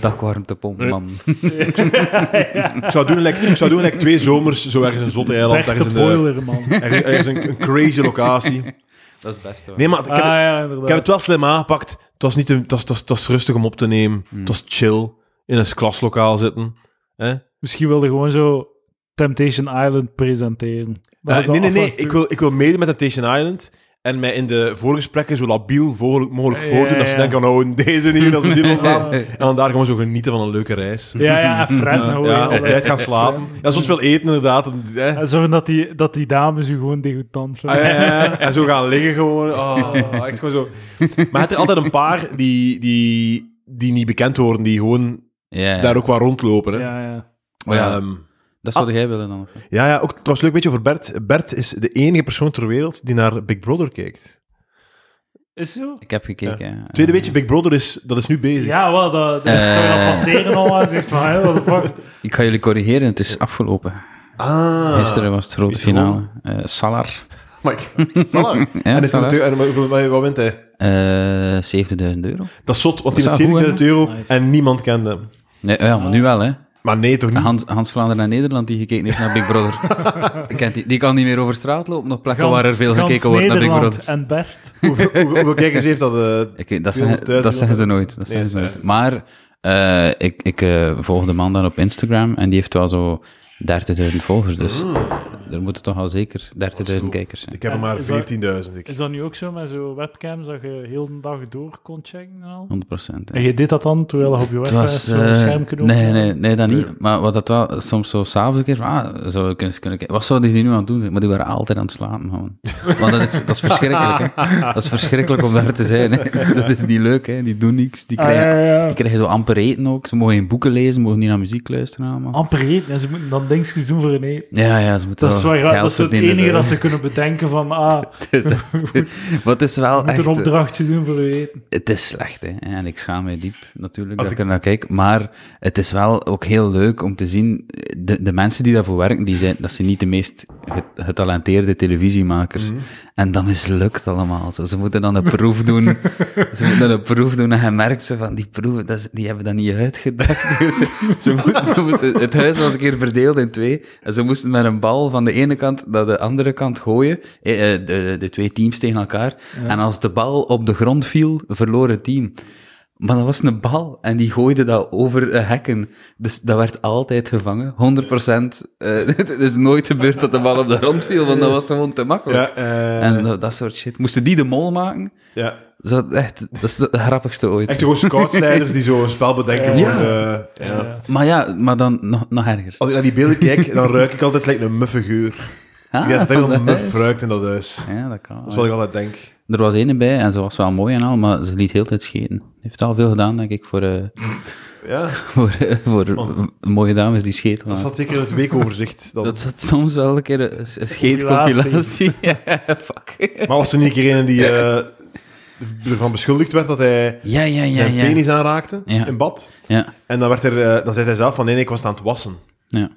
S3: dakwarmtepompman.
S1: Ik zou doen, like, ik zou doen like, twee zomers, zo ergens een zot eiland,
S2: Bert de
S1: ergens een, eh,
S2: spoiler, man.
S1: ergens, ergens een, een crazy locatie.
S3: Dat is het beste.
S1: Nee, maar ik heb,
S2: Ah ja,
S1: ik heb
S2: inderdaad.
S1: het wel slim aangepakt. Het was, niet, te- het was, het was, het was rustig om op te nemen.
S3: Hmm.
S1: Het was chill. In een klaslokaal zitten. hè?
S2: Misschien wilde gewoon zo Temptation Island presenteren. Dat
S1: Eh,
S2: is
S1: nee, nee,
S2: af en
S1: nee.
S2: toe-
S1: Ik wil, ik wil meedoen met Temptation Island. En mij in de voorgesprekken zo labiel voor- mogelijk
S2: Ja,
S1: voordoen. Dat ze
S2: ja.
S1: denken van, oh, deze niet, dat ze die loslaten.
S2: Ja.
S1: En dan daar gewoon zo genieten van een leuke reis.
S2: Ja, ja, en Fred nou, hoor.
S1: Ja,
S2: je
S1: op
S2: al,
S1: tijd
S2: hè.
S1: gaan slapen. Ja, soms wel eten inderdaad. En, hè.
S2: En zorgen dat die, dat die dames u gewoon degoutant
S1: Ah, ja,
S2: vinden.
S1: ja, ja. En zo gaan liggen gewoon. Oh, echt gewoon zo. Maar het er altijd een paar die, die, die niet bekend worden, die gewoon
S3: Ja, ja.
S1: daar ook wel rondlopen. Hè. Ja.
S2: Ja, ja.
S3: Oh ja, dat
S1: Ah.
S3: zou jij willen dan. of?
S1: ja, ja, ook het was leuk beetje over Bert. Bert is de enige persoon ter wereld die naar Big Brother kijkt.
S2: Is zo?
S3: Ik heb gekeken. Eh, hè.
S1: Tweede beetje, Big Brother is, dat is nu bezig.
S2: Ja, wel, dat, dat zou je dat
S3: Eh.
S2: passeren al. Hij zegt van, hé, what the fuck.
S3: Ik ga jullie corrigeren, het is afgelopen.
S1: Ah.
S3: Gisteren was het grote
S1: Wie heeft
S3: finale. Eh, Salar.
S1: Maar ik- Salah.
S3: Ja,
S1: en het,
S3: Salah.
S1: en wat- wat- wat wint hij?
S3: Eh, 7000 euro.
S1: Dat is zot, want
S3: Dat
S1: hij
S3: is
S1: heeft
S3: wel goed,
S1: 70.000 euro
S2: Nice.
S1: en niemand kende hem.
S3: Nee, oh ja, maar nu wel, hè.
S1: Maar nee, toch niet?
S3: Hans, Hans Vlaanderen en Nederland die gekeken heeft naar Big Brother. Kent die, die kan niet meer over straat lopen, nog plekken waar er
S2: Gans-
S3: veel
S2: gans
S3: gekeken wordt naar Big
S2: Nederland
S3: Brother.
S2: En Bert.
S1: Hoeveel, hoeveel, hoeveel kijkers heeft dat? eh,
S3: Ik, dat, zeggen,
S1: 200.000
S3: dat zeggen ze nooit. Dat zeggen ze
S1: dat is
S3: nooit. Maar eh, ik, ik eh, volg de man dan op Instagram en die heeft wel zo 30.000 volgers. Dus er moeten toch al zeker 30.000 kijkers zijn.
S1: Ik heb er maar
S2: Is dat-
S1: 14.000. ik-
S2: Is dat nu ook zo met zo'n webcams dat je heel de dag door kon checken en al?
S3: 100%. hè.
S2: En je deed dat dan terwijl je op je
S3: Het
S2: webcam
S3: was...
S2: zo'n
S3: eh,
S2: scherm kon
S3: nee, nee, nee, dat niet. Maar wat dat wel soms zo s'avonds een keer van, ah, zou ik eens kunnen kijken. Wat zouden die nu aan het doen zijn? Maar die waren altijd aan het slapen gewoon. Want dat is, dat is verschrikkelijk, hè. Dat is verschrikkelijk om daar te zijn, hè. Dat is niet leuk, hè. Die doen niks. Die
S2: Ah, ja,
S3: krijgen,
S2: ja, ja.
S3: die krijgen zo amper eten ook. Ze mogen geen boeken lezen, mogen niet naar muziek luisteren allemaal.
S2: Amper eten en ze moeten dan dingetjes doen voor een eten.
S3: Ja, ja, ze moeten
S2: Dat is,
S3: wel
S2: wel raar,
S3: geld
S2: dat is het
S3: verdienen,
S2: enige
S3: zo.
S2: dat ze kunnen bedenken van, ah,
S3: Het is echt- Maar het is wel
S2: we moeten een
S3: echt...
S2: opdrachtje doen voor je eten.
S3: Het is slecht, hè. En ik schaam me diep, natuurlijk,
S1: Als
S3: dat ik er naar kijk. Maar het is wel ook heel leuk om te zien... De, de mensen die daarvoor werken, die zijn, dat zijn niet de meest ge- getalenteerde televisiemakers.
S2: Mhm.
S3: En dat mislukt allemaal. Zo, ze moeten dan een proef doen. ze moeten dan een proef doen en je merkt ze van, die proeven, dat is- die hebben dat niet uitgedacht. Dus ze, ze, moeten- ze moeten- het huis was een keer verdeeld in in twee. En ze moesten met een bal van de ene kant naar de andere kant gooien. Eh, eh, De, de twee teams tegen elkaar. En als de bal op de grond viel, verloor het team. Maar dat was een bal en die gooide dat over eh, hekken. Dus dat werd altijd gevangen, 100%. Eh, het is nooit gebeurd dat de bal op de grond viel, want dat was gewoon te makkelijk.
S1: Ja, eh,
S3: En dat, dat soort shit. Moesten die de mol maken?
S1: ja.
S3: Zo, echt, dat is het grappigste ooit.
S1: Echt gewoon scoutsleiders die zo'n spel bedenken.
S2: Ja.
S1: voor de- ja.
S2: Ja.
S3: Maar ja, maar dan nog, nog erger.
S1: Als ik naar die beelden kijk, dan ruik ik altijd like, een muffe geur.
S3: Ah,
S1: ik denk dat er
S3: dat
S1: een
S3: is-
S1: muff ruikt in dat huis. Dat
S3: Ja, dat kan.
S1: is wat ik altijd denk.
S3: Er was ene bij en ze was wel mooi en al, maar ze liet heel de tijd scheten. Die heeft al veel gedaan, denk ik, voor, eh,
S1: Ja,
S3: voor, eh, voor mooie dames die scheten.
S1: dat
S3: laten.
S1: zat zeker in het weekoverzicht. Dan.
S3: Dat zat soms wel een keer een, een scheetcompilatie.
S2: Compilatie.
S3: ja, fuck.
S1: Maar was er niet een keer een die eh ervan beschuldigd werd dat hij
S3: Ja, ja, ja.
S1: zijn
S3: ja.
S1: penis aanraakte
S3: Ja.
S1: in bad?
S3: Ja,
S1: En dan, werd er, eh, dan zei hij zelf van nee, nee, ik was het aan het wassen.
S3: ja.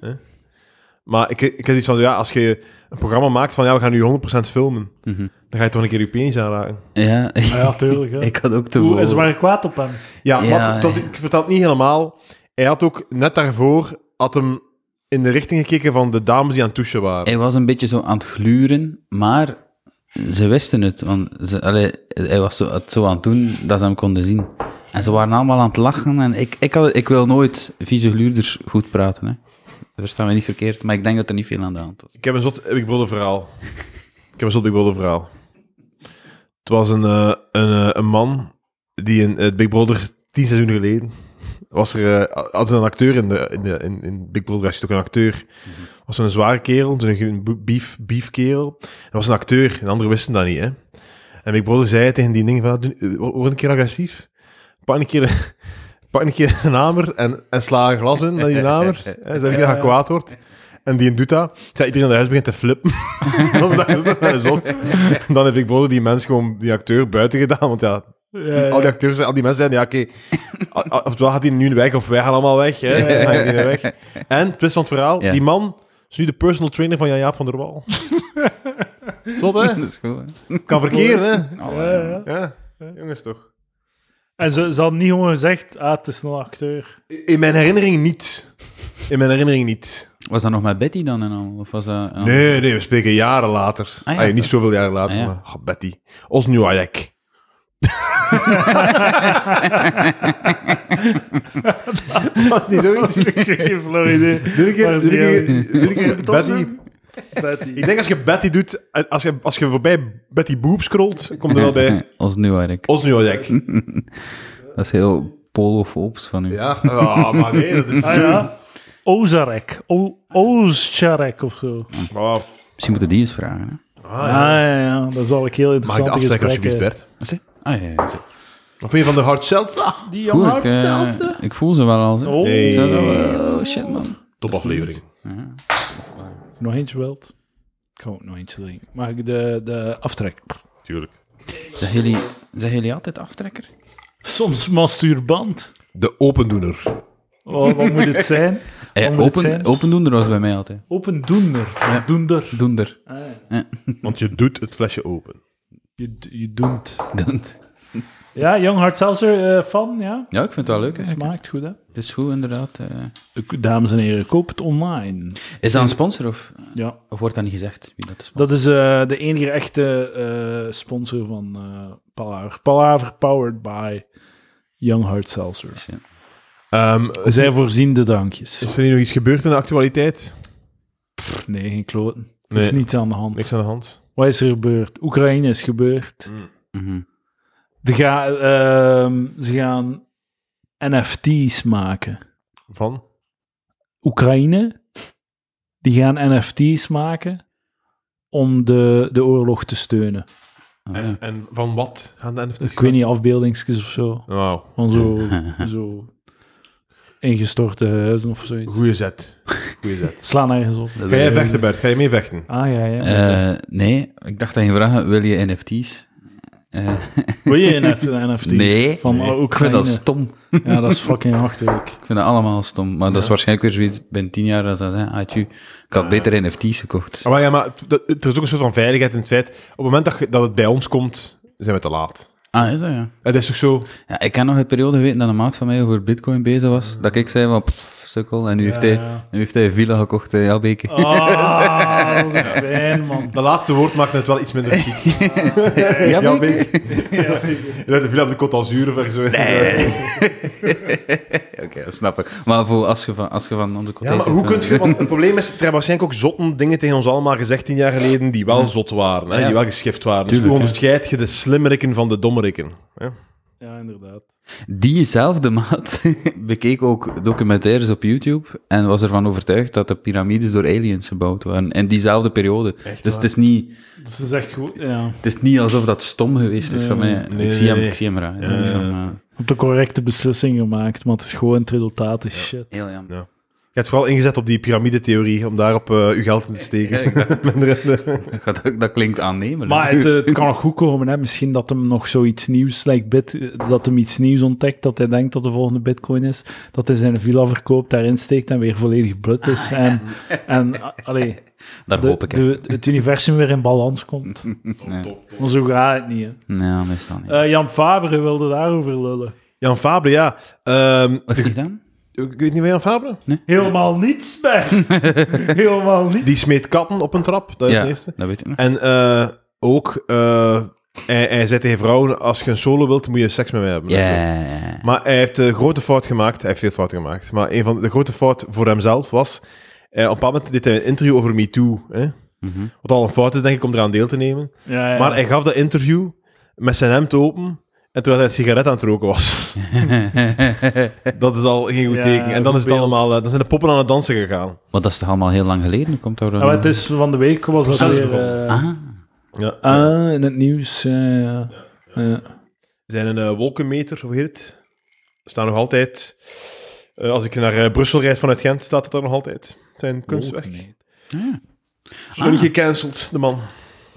S1: Maar ik, ik heb iets van, ja, als je een programma maakt van ja, we gaan nu 100% filmen,
S3: Mhm.
S1: dan ga je toch een keer je penis aanraken.
S3: ja.
S2: Ah, Ja, tuurlijk. hè.
S3: ik had ook te
S2: Hoe
S3: veel.
S2: is waar kwaad op hem?
S1: Ja,
S3: Ja,
S1: maar tot, ik vertel het niet helemaal. Hij had ook net daarvoor had hem in de richting gekeken van de dames die aan het douchen waren.
S3: Hij was een beetje zo aan het gluren, maar ze wisten het, want ze, allee, hij was zo, het zo aan het doen dat ze hem konden zien. En ze waren allemaal aan het lachen en ik, ik, had, ik wil nooit vieze gluurders goed praten. Hè. Verstaan we niet verkeerd, maar ik denk dat er niet veel aan de hand was.
S1: Ik heb een zot Big Brother verhaal. Ik heb een zot Big Brother verhaal. Het was een, eh, een, eh, een man die in het Big Brother tien seizoenen geleden was er eh, had een acteur in de in de in, in Big Brother was ook een acteur was een zware kerel zo'n ge- beef beef kerel en was een acteur en anderen wisten dat niet hè en Big Brother zei tegen die ding van "Doe- eh, word een keer agressief pak een keer een- pak een keer een hamer en, en sla een glas in met die hamer hè, zodat je
S2: Ja,
S1: ja.
S2: ja.
S1: kwaad wordt en die doet dat. Ik zei, iedereen in het huis begint te flippen. dat is- dat is dat is zot. En dan heb ik Brother die mens gewoon, die acteur, buiten gedaan. Want ja,
S2: Ja, ja.
S3: Oh,
S1: al die acteurs, al die mensen zeiden, ja, oké, o- o- oftewel gaat hij nu weg of wij gaan allemaal weg. Hè? Dan zijn die weg. En, twist van het verhaal,
S3: Ja.
S1: die man is nu de personal trainer van Jan-Jaap van der Wal. Zot, hè?
S3: Dat is goed. hè.
S1: Kan verkeren,
S3: Oh,
S2: Ja, ja.
S1: hè? Ja, jongens toch.
S2: En ze, ze had niet gewoon gezegd, ah, het is een acteur.
S1: In mijn herinnering niet. In mijn herinnering niet.
S3: Was dat nog met Betty dan en al? Of was dat, en al?
S1: Nee, nee, we spreken jaren later.
S3: Oh. Ah, ja,
S1: Ay, niet
S3: dat-
S1: zoveel jaren later,
S3: Ah, ja.
S1: maar ah, Betty. Ons nu Ajek. Was het niet zoiets?
S2: Geen flauw idee.
S1: Doe ik
S2: Maar
S1: er,
S2: ze
S1: doe ik er-
S2: heel-
S1: doe ik er
S2: Wat was
S1: Betty.
S2: het? Betty.
S1: Ik denk als je Betty doet, als je, als je voorbij Betty Boop scrolt, komt er wel bij
S3: Oh, Ons nu eigenlijk.
S1: ons nu Ajek.
S3: Dat is heel polofoops van u.
S1: Ja, ah, maar nee, dat is
S2: Ah ja. Ozarek. O- Ozarek of zo. Ah
S1: Ah,
S3: Misschien moeten die eens vragen. Hè?
S1: ja.
S2: ja, ja. Dat zal ik heel
S1: Mag ik de
S2: interessante
S1: aftrekker alsjeblieft,
S2: gesprekken.
S1: Bert?
S3: Wat zeg je? Ah, ja, ja, zo.
S1: Of vind je van de Hard Shells?
S3: Ah,
S2: Die
S3: Goed, ik, eh, ik voel ze wel al. zo.
S2: Oh,
S1: Hey.
S3: Zo, zo, oh, shit, man.
S1: Top aflevering.
S2: nog eentje wilt. Ik kan ook nog eentje drinken. Mag ik de, de aftrek?
S1: Tuurlijk.
S3: Zijn jullie, zijn jullie altijd aftrekker?
S2: Soms masturbant.
S1: De opendoener.
S2: Oh, wat moet het zijn? Wat
S3: Eh,
S2: moet het
S3: open,
S2: zijn?
S3: opendoender was bij mij altijd.
S2: Open doender. Doender.
S3: Doender.
S1: Want je doet het flesje open.
S2: Je, d- je doemt.
S3: Doend.
S2: Ja, Young Hard Seltzer eh, fan, ja.
S3: Ja, ik vind het wel leuk. hè.
S2: Smaakt goed, hè?
S3: Het is goed, inderdaad. eh.
S2: Dames en heren, koop het online.
S3: Is dat een sponsor of,
S2: Ja.
S3: of wordt dat niet gezegd? Wie dat de sponsor
S2: Dat is eh, de enige echte eh, sponsor van eh Palaver. Palaver powered by Young Hard Seltzer.
S3: is? Ja.
S1: Ehm,
S2: Zij voorzien de dankjes.
S1: is er hier nog iets gebeurd in de actualiteit?
S2: Pff, Nee, geen kloten. Er
S1: Nee.
S2: is niets aan de hand.
S1: Niks aan de hand.
S2: Wat is er gebeurd? Oekraïne is gebeurd.
S3: Mhm.
S2: De ga, ehm, ze gaan NFT's maken.
S1: Van?
S2: Oekraïne, die gaan NFT's maken om de, de oorlog te steunen.
S3: Ah,
S1: En,
S3: ja.
S1: en van wat gaan de NFT's?
S2: Ik weet niet, afbeeldingsjes of zo.
S1: Wauw,
S2: Van zo, zo ingestorte huizen of zoiets.
S1: goeie zet. Goeie zet.
S2: Slaan ergens op.
S1: Ga jij vechten, Bert? Ga je mee vechten?
S2: Ah ja, ja.
S3: Eh, nee, ik dacht aan je vragen, wil je NFT's? Eh,
S2: Wil je NF NFT's?
S3: Nee.
S2: Van oh,
S1: Nee.
S3: ik vind
S2: Oekraïne.
S3: dat stom.
S2: Ja, dat is fucking achterlijk.
S3: Ik vind dat allemaal stom. Maar dat is waarschijnlijk weer zoiets binnen tien jaar als dat zijn. Ah, tjoe, ik had beter NFT's gekocht.
S1: Ah, Maar ja, maar t- dat- er is ook een soort van veiligheid in het feit. Op het moment dat, je- dat het bij ons komt, zijn we te laat.
S3: Ah, is dat ja?
S1: Het is toch zo?
S3: Ja, ik heb nog een periode geweten dat een maat van mij over bitcoin bezig was, dat ik zei van, pff, sukkel. En nu, heeft,
S2: Ja,
S3: hij,
S2: ja.
S3: nu heeft hij een villa gekocht in Elbeke.
S2: Ah, wat een pijn, man.
S1: Dat laatste woord maakt het wel iets minder chic.
S3: Ja,
S1: Ja,
S3: Beek?
S1: Beek. Ja, de Villa op de Côte d'Azur of zo.
S3: Oké, dat snap ik. Maar voor als je van, als je van onze eh,
S1: Ja,
S3: cottage
S1: maar
S3: zit,
S1: hoe
S3: dan-
S1: kunt je... Want het probleem is, er hebben waarschijnlijk ook zotten dingen tegen ons allemaal gezegd tien jaar geleden die wel zot waren, hè,
S3: Ja.
S1: die wel geschift waren.
S3: Tuurlijk,
S1: dus hoe
S3: hè.
S1: onderscheid je de slimmerikken van de dommerikken? hè?
S2: Ja, inderdaad.
S3: Diezelfde maat bekeek ook documentaires op YouTube en was ervan overtuigd dat de piramides door aliens gebouwd waren. In diezelfde periode. dus het is, niet,
S2: Dus dat is echt goed, ja.
S3: het is niet alsof dat stom geweest is van mij.
S1: nee,
S3: ik, zie hem,
S1: nee.
S3: ik zie hem raar.
S1: Ja.
S3: Van, eh,
S2: Op de correcte beslissing gemaakt, maar het is gewoon het resultaat is shit.
S3: heel jammer.
S1: Je hebt vooral ingezet op die piramidetheorie, om daarop eh je geld in te steken.
S3: Ja, ik dacht,
S1: Minder in de-
S3: dat, dat klinkt aannemelijk.
S2: Maar het, eh, het kan nog goed komen, hè. Misschien dat hem nog zoiets nieuws, like bit, eh, dat hem iets nieuws ontdekt, dat hij denkt dat de volgende bitcoin is, dat hij zijn villa verkoopt, daarin steekt en weer volledig blut is. en, en a- allee,
S3: Daar
S2: de-
S3: Ah, hoop ik echt.
S2: de- het universum weer in balans komt. Maar zo gaat het niet, hè.
S3: Nee, meestal niet.
S2: Eh, Jan Fabre wilde daarover lullen.
S1: Jan Fabre, ja. Ehm
S3: Wat heeft hij gedaan?
S1: ik weet niet meer Jan Fabre?
S2: Helemaal niets, Bert. Helemaal niets.
S1: Die smeet katten op een trap, dat is
S3: Ja,
S1: het eerste.
S3: dat weet ik nog.
S1: En eh, ook, eh, hij, hij zei tegen vrouwen, als je een solo wilt, moet je seks met mij hebben.
S3: Ja,
S1: Dat
S3: ja, ja, ja.
S1: zo. Maar hij heeft een grote fout gemaakt. Hij heeft veel fouten gemaakt. Maar een van de grote fouten voor hemzelf was... eh, op een bepaald moment deed hij een interview over MeToo. Hè?
S3: Mhm.
S1: Wat al een fout is, denk ik, om eraan deel te nemen.
S2: Ja, ja.
S1: Maar hij gaf dat interview met zijn hemd open... En terwijl hij een sigaret aan het roken was. Dat is al geen goed
S2: Ja,
S1: teken. En dan,
S2: goed
S1: is het
S2: beeld.
S1: allemaal, eh, dan zijn de poppen aan het dansen gegaan.
S3: Maar dat is toch allemaal heel lang geleden? Komt daar
S2: Ja,
S1: Ah,
S2: maar het is van de week was dat
S1: Proces
S2: weer...
S1: begonnen.
S2: eh,
S3: Ah,
S1: Ja.
S2: Ah, in het nieuws. ja, ja. Ja.
S1: zijn een eh, wolkenmeter, hoe heet het? Staan nog altijd. eh, als ik naar eh, Brussel rijd vanuit Gent, staat het daar nog altijd. Zijn kunstwerk. Is
S3: ja.
S1: nog
S2: Ah.
S1: niet gecanceld, de man.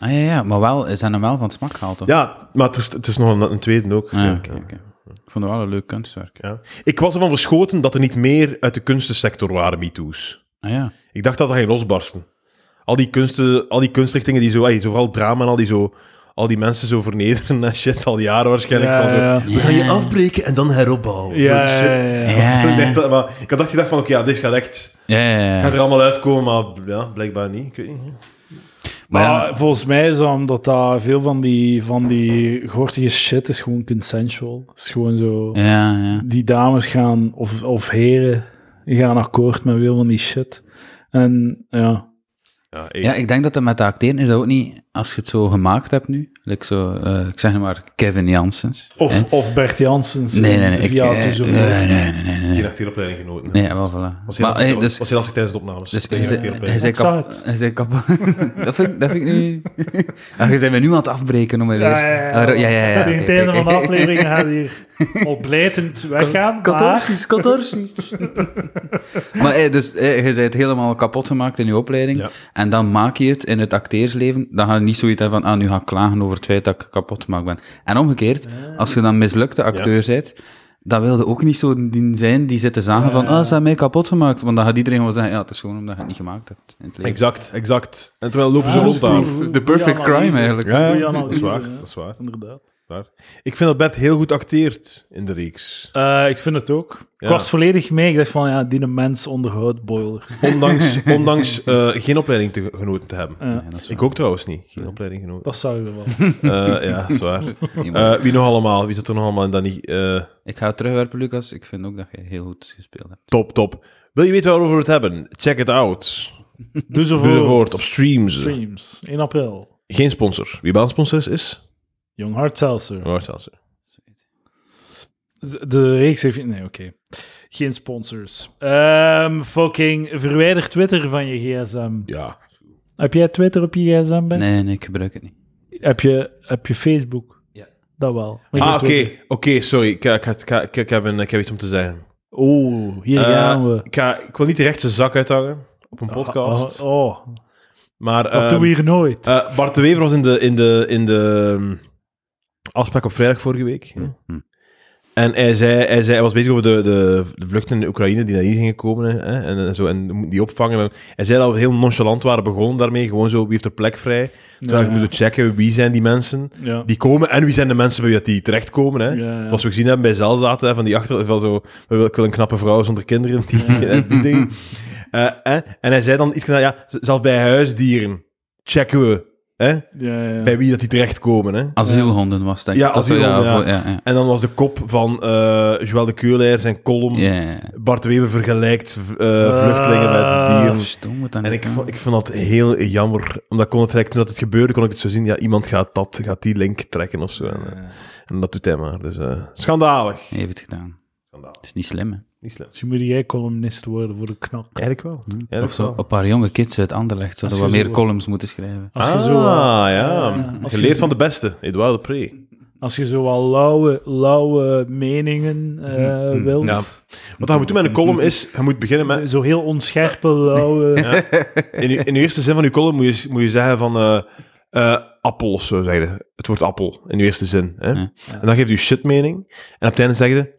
S3: Ah, ja, ja. Maar wel, ze zijn hem wel van het smak gehaald, toch?
S1: Ja, maar het is, het is nog een, een tweede ook.
S3: Ah,
S1: Ja.
S3: oké, oké. Ik vond het wel een leuk kunstwerk.
S1: Ja. Ik was ervan verschoten dat er niet meer uit de kunstensector waren MeToo's.
S3: Ah ja.
S1: Ik dacht dat dat ging losbarsten. Al die, kunsten, al die kunstrichtingen die zo, ey, zo vooral drama en al die zo, al die mensen zo vernederen en shit, al die jaren waarschijnlijk.
S2: Ja,
S1: van zo,
S2: ja.
S1: We gaan je afbreken en dan heropbouwen.
S2: Ja,
S1: Holy shit.
S2: ja, ja,
S3: ja.
S1: Ik dacht dat- maar ik had echt gedacht van, oké, ja, dit gaat echt...
S3: Ja, ja,
S1: gaat
S3: ja.
S1: er allemaal uitkomen, maar ja, blijkbaar niet. Ik weet niet.
S3: Maar
S2: Maar
S3: ja,
S2: volgens mij is dat omdat dat veel van die, van die gortige shit is gewoon consensual. is gewoon zo...
S3: ja, ja.
S2: Die dames gaan, of, of heren, die gaan akkoord met veel van die shit. En ja...
S1: Ja, hey.
S3: Ja, ik denk dat dat met de acteren is dat ook niet, als je het zo gemaakt hebt nu, like zo, eh, ik zeg maar Kevin Janssens.
S2: Of, of Bert Janssens.
S3: Nee, nee, nee. Ik,
S2: Via
S3: eh,
S2: het zo
S3: nee, nee, nee, nee, nee, nee.
S1: Geen acteeropleiding genoten.
S3: Nee, wel, voilà.
S1: Was heel
S3: Maar,
S1: lastig,
S3: eh, dus,
S1: was heel lastig tijdens de opnames.
S3: dus
S1: Geen
S3: je zei- je
S1: acteeropleiding.
S3: zei
S2: Ik zag
S3: kap- je zei kap- dat vind ik, dat vind ik nu... Ah, je bent me nu aan het afbreken om me weer...
S2: Ja, ja, ja.
S3: Ah, ro- ja, ja, ja,
S2: Tegen het
S3: oké,
S2: einde van de
S3: oké.
S2: aflevering gaat hij hier opleidend weggaan. Maar
S3: Contorties, contorties. maar eh, dus, eh, je bent helemaal kapot gemaakt in je opleiding.
S1: Ja.
S3: En dan maak je het in het acteersleven. Dan ga je niet zoiets hebben van, ah, nu ga ik klagen over het feit dat ik kapot gemaakt ben. En omgekeerd, als je dan mislukte acteur bent, dan wilde ook niet zo die zijn die zitten zagen van, ah, ze hebben mij kapot gemaakt. Want dan gaat iedereen gewoon zeggen, ja, het is gewoon omdat je het niet gemaakt hebt in het leven.
S1: Exact, exact. En terwijl lopen ze
S2: Ah,
S1: rond daar.
S2: goed. Goeie
S3: The perfect
S2: analyse.
S3: crime, eigenlijk.
S1: Ja,
S2: Goeie
S1: ja, dat is
S2: analyse,
S1: waar.
S2: ja.
S1: Dat is waar.
S2: Inderdaad.
S1: Ik vind dat Bert heel goed acteert in de reeks.
S2: Eh, ik vind het ook.
S1: Ja.
S2: Ik was volledig mee. Ik dacht van, ja, die mens onderhoudt boilers.
S1: Ondanks, ondanks eh, geen opleiding te, genoten te hebben.
S2: Ja,
S3: Ja, dat is
S1: Ik ook trouwens niet. Geen opleiding genoten.
S2: dat zou je wel.
S1: Eh, ja, dat is waar.
S3: waar. Nee, maar
S1: Eh, wie nog allemaal? Wie zit er nog allemaal in dat niet? eh,
S3: Ik ga het terugwerpen, Lucas. Ik vind ook dat je heel goed gespeeld hebt.
S1: top, top. Wil je weten waarover we het hebben? Check it out.
S2: Doe ze
S1: Doe het woord
S2: voor.
S1: op streams.
S2: Streams. 1 april.
S1: Geen sponsor. Wie wel een sponsor is, is...
S2: Young Hard Seltzer.
S1: Waar staat ze?
S2: Z- De reeks heeft... Nee, oké. Geen sponsors. Ehm, fucking verwijder Twitter van je gsm.
S1: Ja.
S2: Heb jij Twitter op je gsm, Ben?
S3: Nee, nee, ik gebruik het niet.
S2: Heb, je, heb je Facebook?
S3: Ja.
S2: Dat wel. Maar
S1: Ah,
S2: geen
S1: oké.
S2: Twitter.
S1: Oké, sorry. Ik, ik, had- ik, ik, ik heb een, ik heb iets om te zeggen.
S2: Oeh, hier
S1: Eh,
S2: gaan we.
S1: Ik, ga- ik wil niet de rechtse zak uithangen op een podcast.
S2: Oh, oh, oh.
S1: Maar
S2: dat
S1: ehm,
S2: doen we hier nooit.
S1: eh, Bart de Wever was in de, in de, in de ehm, afspraak op vrijdag vorige week. hè.
S3: Hm.
S1: En hij zei, hij zei, hij was bezig over de, de, de vluchten in Oekraïne die naar hier gingen komen hè, en, en zo, en we moeten die opvangen. En hij zei dat we heel nonchalant waren begonnen daarmee, gewoon zo, wie heeft er plek vrij? Terwijl
S2: Ja.
S1: ik moet checken, wie zijn die mensen
S2: Ja.
S1: die komen en wie zijn de mensen bij wie dat die terechtkomen. Hè?
S2: Ja, ja.
S1: Zoals we gezien hebben bij Zelzaten, hè, van die achter, van zo, we wil- ik wil een knappe vrouw zonder kinderen, die, hè, die dingen. Eh, hè? En hij zei dan iets, van, ja, z- zelfs bij huisdieren checken we hè,
S2: Ja, ja, ja.
S1: bij wie dat die terechtkomen. Hè?
S3: Asielhonden was dat.
S1: Ja,
S3: Dat zo-
S1: asielhonden,
S3: voor- ja, ja.
S1: En dan was de kop van eh Joël de Keuler zijn column.
S3: Ja, ja.
S1: Bart Wever vergelijkt v- eh, vluchtelingen met
S2: Ah.
S1: dieren.
S3: Oh, Stom wat dan
S1: En ik vond, ik vond dat heel jammer. Omdat ik kon het eigenlijk, toen dat het gebeurde, kon ik het zo zien. Ja, iemand gaat, dat, gaat die link trekken of zo. En, eh, en dat doet hij maar. Dus eh, schandalig.
S3: Hij heeft het gedaan.
S1: Schandalig.
S3: Dat is niet slim, hè.
S1: Niet slim.
S2: Misschien Dus moet jij columnist worden voor de knak.
S1: Eigenlijk wel. Eigenlijk
S3: Hm? Of zo,
S1: wel.
S3: een paar jonge kids uit Anderlecht zouden
S2: Als
S3: wat
S2: je
S3: meer
S2: zo-
S3: columns moeten schrijven.
S2: Als je
S1: ah,
S2: zo, eh,
S1: ja.
S2: als je
S1: Geleerd
S2: zo-
S1: van de beste. Edouard de Pre.
S2: Als je zo al lauwe, lauwe meningen eh, wilt.
S1: Mhm. Ja. Wat hij moet doen met een column is, hij moet beginnen met...
S2: Zo heel onscherpe, lauwe...
S1: In, uw- in de eerste zin van uw column moet je, moet je zeggen van eh eh, appel of zo, zeg je. Het woord appel in uw eerste zin. Hè?
S3: Ja.
S1: En dan geeft u shitmening. En op het einde zeg je,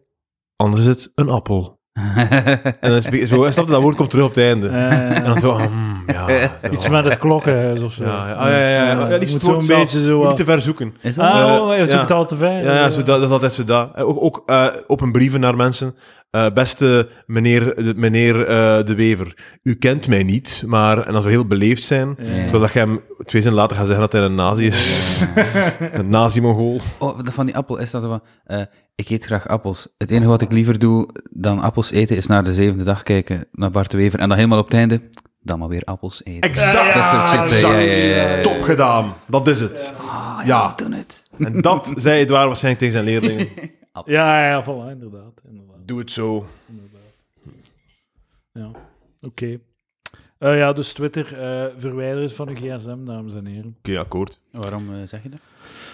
S1: anders is het een appel. En dan is het be- zo, snap je, dat woord komt terug op het einde. En
S2: eh,
S1: dan zo, hmm, ja. zo.
S2: iets met het klokkenhuis of zo.
S1: Ja, ja, ah, ja, ja, ja. ja,
S2: Je
S1: liefst
S2: moet
S1: het
S2: zo
S1: woord
S2: een
S1: zelf.
S2: beetje zo...
S1: Moet niet
S2: wat-
S1: te ver zoeken.
S3: Is dat?
S2: Ah,
S1: Eh,
S2: oh, je
S1: ja.
S2: zoekt het al te ver.
S1: Ja, ja zo, dat, dat is altijd zo dat. En Ook, ook eh, open brieven naar mensen. Eh, beste meneer, de, meneer eh, De Wever, u kent mij niet, maar... En als we heel beleefd zijn...
S2: Ja.
S1: Terwijl dat je hem twee zinnen later gaat zeggen dat hij een nazi is. een nazi-mongool.
S3: Oh, dat van die appel is dat zo van... eh, ik eet graag appels. Het enige wat ik liever doe dan appels eten is naar de zevende dag kijken, naar Bart de Wever. En dan helemaal op het einde, dan maar weer appels eten.
S1: Exact.
S3: Dat soort shit,
S1: exact.
S3: ja, ja, ja, ja.
S1: Top gedaan. Dat is het.
S3: Ah,
S1: Ja.
S3: Doe het.
S1: En dat zei Edouard waarschijnlijk tegen zijn leerlingen.
S2: Ja, ja, voilà, inderdaad. inderdaad,
S1: Doe het zo.
S2: inderdaad. Ja, oké. Eh, ja, dus Twitter, eh verwijder het van uw gsm, dames en heren.
S1: Oké, akkoord.
S3: Waarom eh, zeg je dat?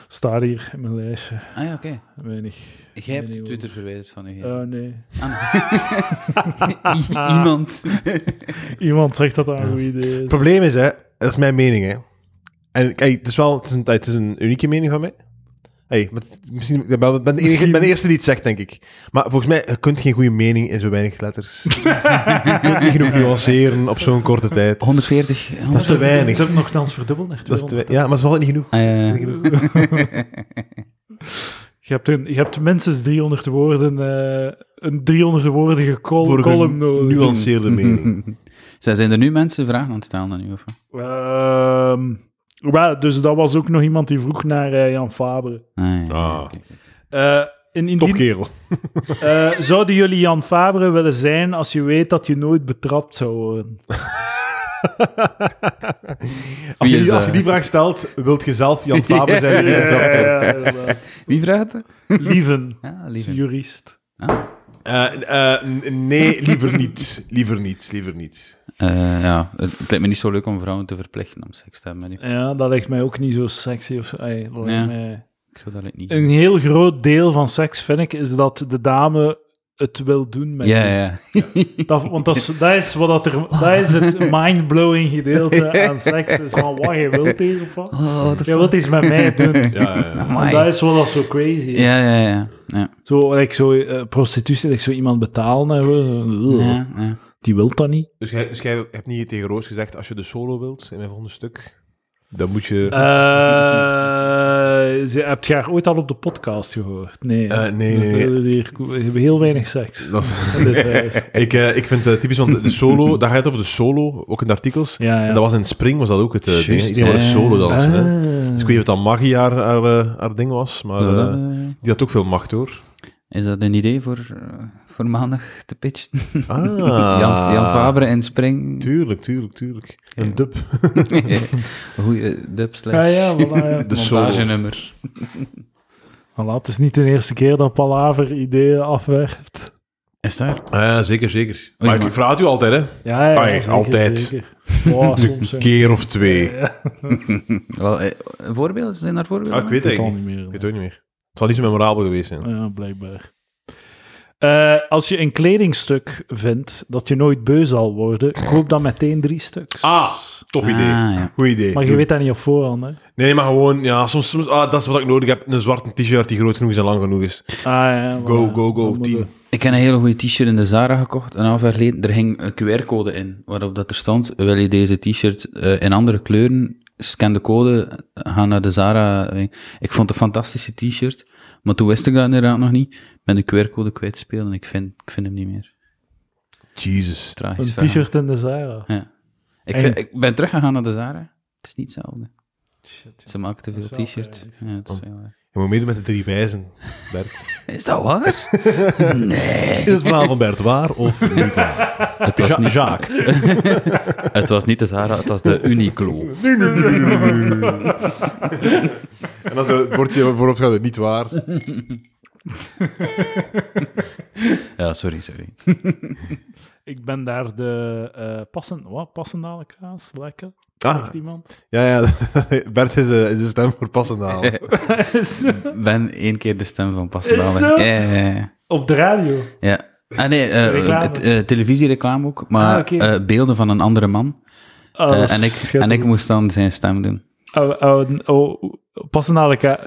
S2: Staat hier in mijn lijstje.
S3: Ah ja, oké.
S2: Weinig.
S3: Jij
S2: Nee, nee,
S3: hebt Twitter verwijderd van je
S2: Oh
S3: gsm.
S2: nee.
S3: I- Iemand.
S2: Iemand zegt dat dat een goed idee
S1: Het
S2: is.
S1: probleem is, hè, dat is mijn mening, hè. En kijk, het is wel het is een, het is een unieke mening van mij. Hey, maar het- misschien, ik ben, wel- ik ben, de enige- ik ben de eerste die het zegt, denk ik. Maar volgens mij, je kunt geen goede mening in zo weinig letters. je kunt niet genoeg nuanceren op zo'n korte tijd.
S3: 140.
S1: Dat is te weinig.
S2: Ze hebben het nogthans verdubbeld naar
S1: Dat is te
S2: 200.
S1: wei- ja, maar het is wel niet genoeg.
S3: Ah, ja, ja.
S2: Je hebt, een, je hebt minstens 300 woorden, eh, een 300-woordige col-
S1: Voor een
S2: column nodig.
S1: genuanceerde mening.
S3: Zij Ah, zijn er nu mensen vragen aan het stellen aan u, of wat?
S2: Ehm, wel, dus dat was ook nog iemand die vroeg naar eh, Jan Fabre.
S3: Ah, ja, ja,
S1: Ah.
S3: oké.
S2: Eh, in, indien,
S1: Topkerel.
S2: eh, zouden jullie Jan Fabre willen zijn als je weet dat je nooit betrapt zou worden?
S1: Als je,
S3: is
S1: die, als je
S3: dat?
S1: die vraag stelt, wilt je zelf Jan Faber zijn? die het wel doet?
S2: inderdaad.
S3: Wie vraagt dat?
S2: Eh, Lieven,
S3: Ah,
S2: is
S3: lieve.
S2: een jurist.
S1: Eh, eh, n- nee, liever niet. Liever niet, liever niet.
S3: Eh, ja, het het lijkt me niet zo leuk om vrouwen te verplichten om seks te hebben met u.
S2: Ja, dat lijkt mij ook niet zo sexy. Of, zo. Ey, dat lijkt
S3: Ja.
S2: mij-
S3: Ik zou dat eigenlijk niet...
S2: Een heel groot deel van seks, vind ik, is dat de dame het wil doen met
S3: Ja,
S2: je.
S3: ja.
S2: Dat, want dat is, dat is wat dat er, dat is het mindblowing gedeelte aan seks. Is van, wat, je wilt deze of wat?
S3: Oh, de
S2: Je wilt iets met mij doen.
S1: Ja, ja, ja.
S2: En dat is wat dat zo crazy is.
S3: Ja, ja, ja. Ja,
S2: Zo, like, zo eh, prostitutie, like, zo iemand betalen. en zo, zo, ugh,
S3: ja, ja.
S2: Die wil dat niet.
S1: Dus jij, dus jij hebt niet tegen Roos gezegd, als je de solo wilt in mijn volgende stuk, dan moet je...
S2: Eh, ze, heb je haar ooit al op de podcast gehoord? Nee.
S1: Eh, nee,
S2: Dat-
S1: nee, nee.
S2: dat is hier- we hebben heel weinig seks.
S1: Dat is-
S2: in dit huis.
S1: ik, eh, ik vind het typisch, want de solo, daar gaat het over de solo, ook in de artikels.
S2: Ja, ja.
S1: En dat was in Spring, was dat ook het eh, ding.
S3: Juist,
S1: Iedereen wilde
S3: ja.
S1: solo dansen. hè.
S2: Ah.
S1: Dus ik weet niet of dat Maggie haar, haar, eh, haar ding was, maar
S3: Zou dat,
S1: eh,
S3: eh,
S1: die had ook veel macht, hoor.
S3: is dat een idee voor, eh, voor maandag te pitchen?
S1: Ah.
S3: Jan, Jan Fabre en Spring.
S1: Tuurlijk, tuurlijk, tuurlijk. Een dub.
S3: Goeie dub
S2: Ja,
S3: slash
S2: ja, voilà, ja.
S1: De solo.
S3: montagenummer.
S2: Voilà, het is niet de eerste keer dat Palaver ideeën afwerft.
S3: Is daar?
S1: Ah, Ja, zeker, zeker. Maar ik
S3: maar-
S1: vraag het u altijd, hè.
S2: Ja, ja,
S1: Ah, ja, altijd.
S2: Wow, soms
S1: Een
S2: zijn
S1: keer of twee.
S3: Wel, eh, voorbeelden? Zijn daar voorbeelden?
S1: Ah, ik weet het
S2: het al
S1: eigenlijk
S2: niet
S1: niet.
S2: meer.
S1: Ik weet het ook niet meer. Het zal niet zo memorabel geweest zijn.
S2: Ja, blijkbaar. Eh, als je een kledingstuk vindt dat je nooit beu zal worden, koop dan meteen drie stuks.
S1: Ah, Top idee.
S3: Ah, ja.
S1: Goed idee.
S2: Maar je weet dat niet op voorhand, hè?
S1: Nee, maar gewoon, ja, soms, soms ah, dat is wat ik nodig heb. Een zwarte t-shirt die groot genoeg is en lang genoeg is.
S2: Ah, ja,
S1: Go,
S2: voilà.
S1: go,
S2: Dat
S1: go,
S2: moet
S1: team.
S2: je-
S3: Ik heb een hele goede t-shirt in de Zara gekocht. Een half jaar geleden, er hing een QR-code in, waarop dat er stond, wil je deze t-shirt eh, in andere kleuren, scan de code, ga naar de Zara. Ik vond het een fantastische t-shirt, maar toen wist ik dat inderdaad nog niet. Ik ben de QR-code kwijtspelen en ik vind, ik vind hem niet meer.
S1: Jesus.
S3: Tragisch
S2: Een
S3: verhaal.
S2: t-shirt in de Zara.
S3: Ja. Ik,
S2: En-
S3: vind- ik ben teruggegaan naar de Zara. Het is niet hetzelfde. Ze maken te
S2: Dat
S3: veel
S2: is wel
S3: t-shirts.
S2: tragisch.
S3: Ja, het is, wel waar.
S1: Je moet meedoen met de drie wijzen, Bert.
S3: is dat waar? nee.
S1: Is het verhaal van Bert waar of niet waar?
S3: Het was,
S1: Ja,
S3: niet,
S1: Jacques.
S3: het was niet de Zara, het was de Uniqlo.
S1: En dan zo het bordje voorop gaat, niet waar.
S3: Ja, sorry, sorry.
S2: Ik ben daar de eh passen, wat, passendale kaas, lekker,
S1: Ah,
S2: zegt iemand.
S1: ja, ja. Bert is, eh, is de stem voor passende haal.
S3: Ben één keer de stem van
S2: Is zo?
S3: Pastadalen. Ja, ja, ja.
S2: op de radio.
S3: ja. Ah nee, eh,
S2: Reclame.
S3: het, eh, televisiereclame ook, maar
S2: Ah, oké.
S3: eh, beelden van een andere man.
S2: Ah,
S3: Eh,
S2: dat
S3: en,
S2: is
S3: ik, en
S2: schitterend.
S3: ik moest dan zijn stem doen.
S2: Oh, oh, oh, passendale kaas.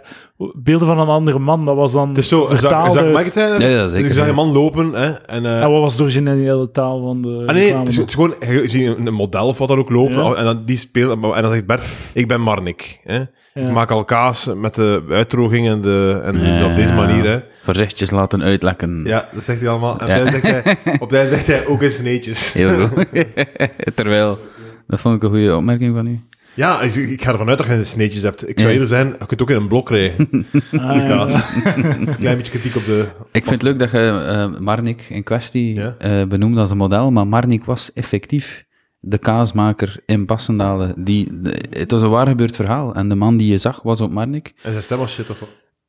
S2: Beelden van een andere man, dat was dan
S1: Het is Dus zo, een zak, een
S2: vertaald
S1: zak
S2: uit-
S1: mag ik het zijn?
S3: Ja, ja, zeker.
S1: Ik zag een man lopen, hè, en... eh,
S2: En wat was de originele taal van de
S1: Ah, nee,
S2: reclame?
S1: het is, het is gewoon, je ziet een een model of wat dan ook lopen,
S2: Ja.
S1: en dan, die speelt, en dan zegt Bert, ik ben Marnik. Hè?
S2: Ja.
S1: Ik maak al kaas met de uitdroging en, de, en
S3: Ja.
S1: op deze manier. Hè?
S3: Voorzichtjes laten uitlekken.
S1: Ja, dat zegt hij allemaal. En op
S3: Ja.
S1: het einde zegt hij, op het einde zegt hij ook eens sneetjes.
S3: Heel goed. Terwijl, dat vond ik een goede opmerking van u.
S1: Ja, ik, ik ga ervan uit dat je sneetjes hebt. Ik zou
S3: Ja.
S1: eerder zijn, je kunt ook in een blok rijden,
S2: Ah,
S1: die
S2: ja.
S1: kaas. Een klein beetje kritiek op de...
S3: Ik vind het leuk dat je eh, Marnik in kwestie
S1: Ja.
S3: eh, benoemde als een model, maar Marnik was effectief de kaasmaker in Bassendalen. Die, de- het was een waar gebeurd verhaal. En de man die je zag was op Marnik.
S1: En zijn stem was shit of wat?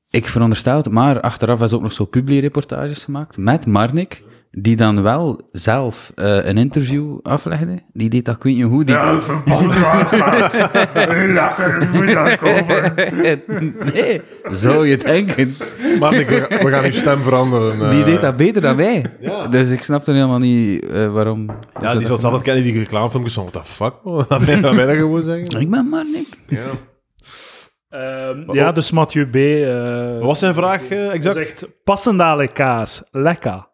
S3: Ik veronderstel het, maar achteraf is ook nog zo publiereportages gemaakt met Marnik, die dan wel zelf eh, een interview aflegde. Die deed dat, ik weet niet hoe. Die... nee, zou je denken.
S1: Marnik, we, gaan- we gaan uw stem veranderen. eh.
S3: Die deed dat beter dan wij.
S1: Ja.
S3: Dus ik snapte helemaal niet eh, waarom.
S1: Ja, die
S3: ze dat
S1: zal het altijd kennen, die reclamefilmpjes van, what the fuck, man? Dat ben dat ben ik gewoon zeggen.
S3: Ik ben Marnik.
S1: Ja.
S2: Ehm, ja, dus Mathieu B. eh,
S1: Wat was zijn vraag eh, exact?
S2: zegt, passendale kaas, lekker.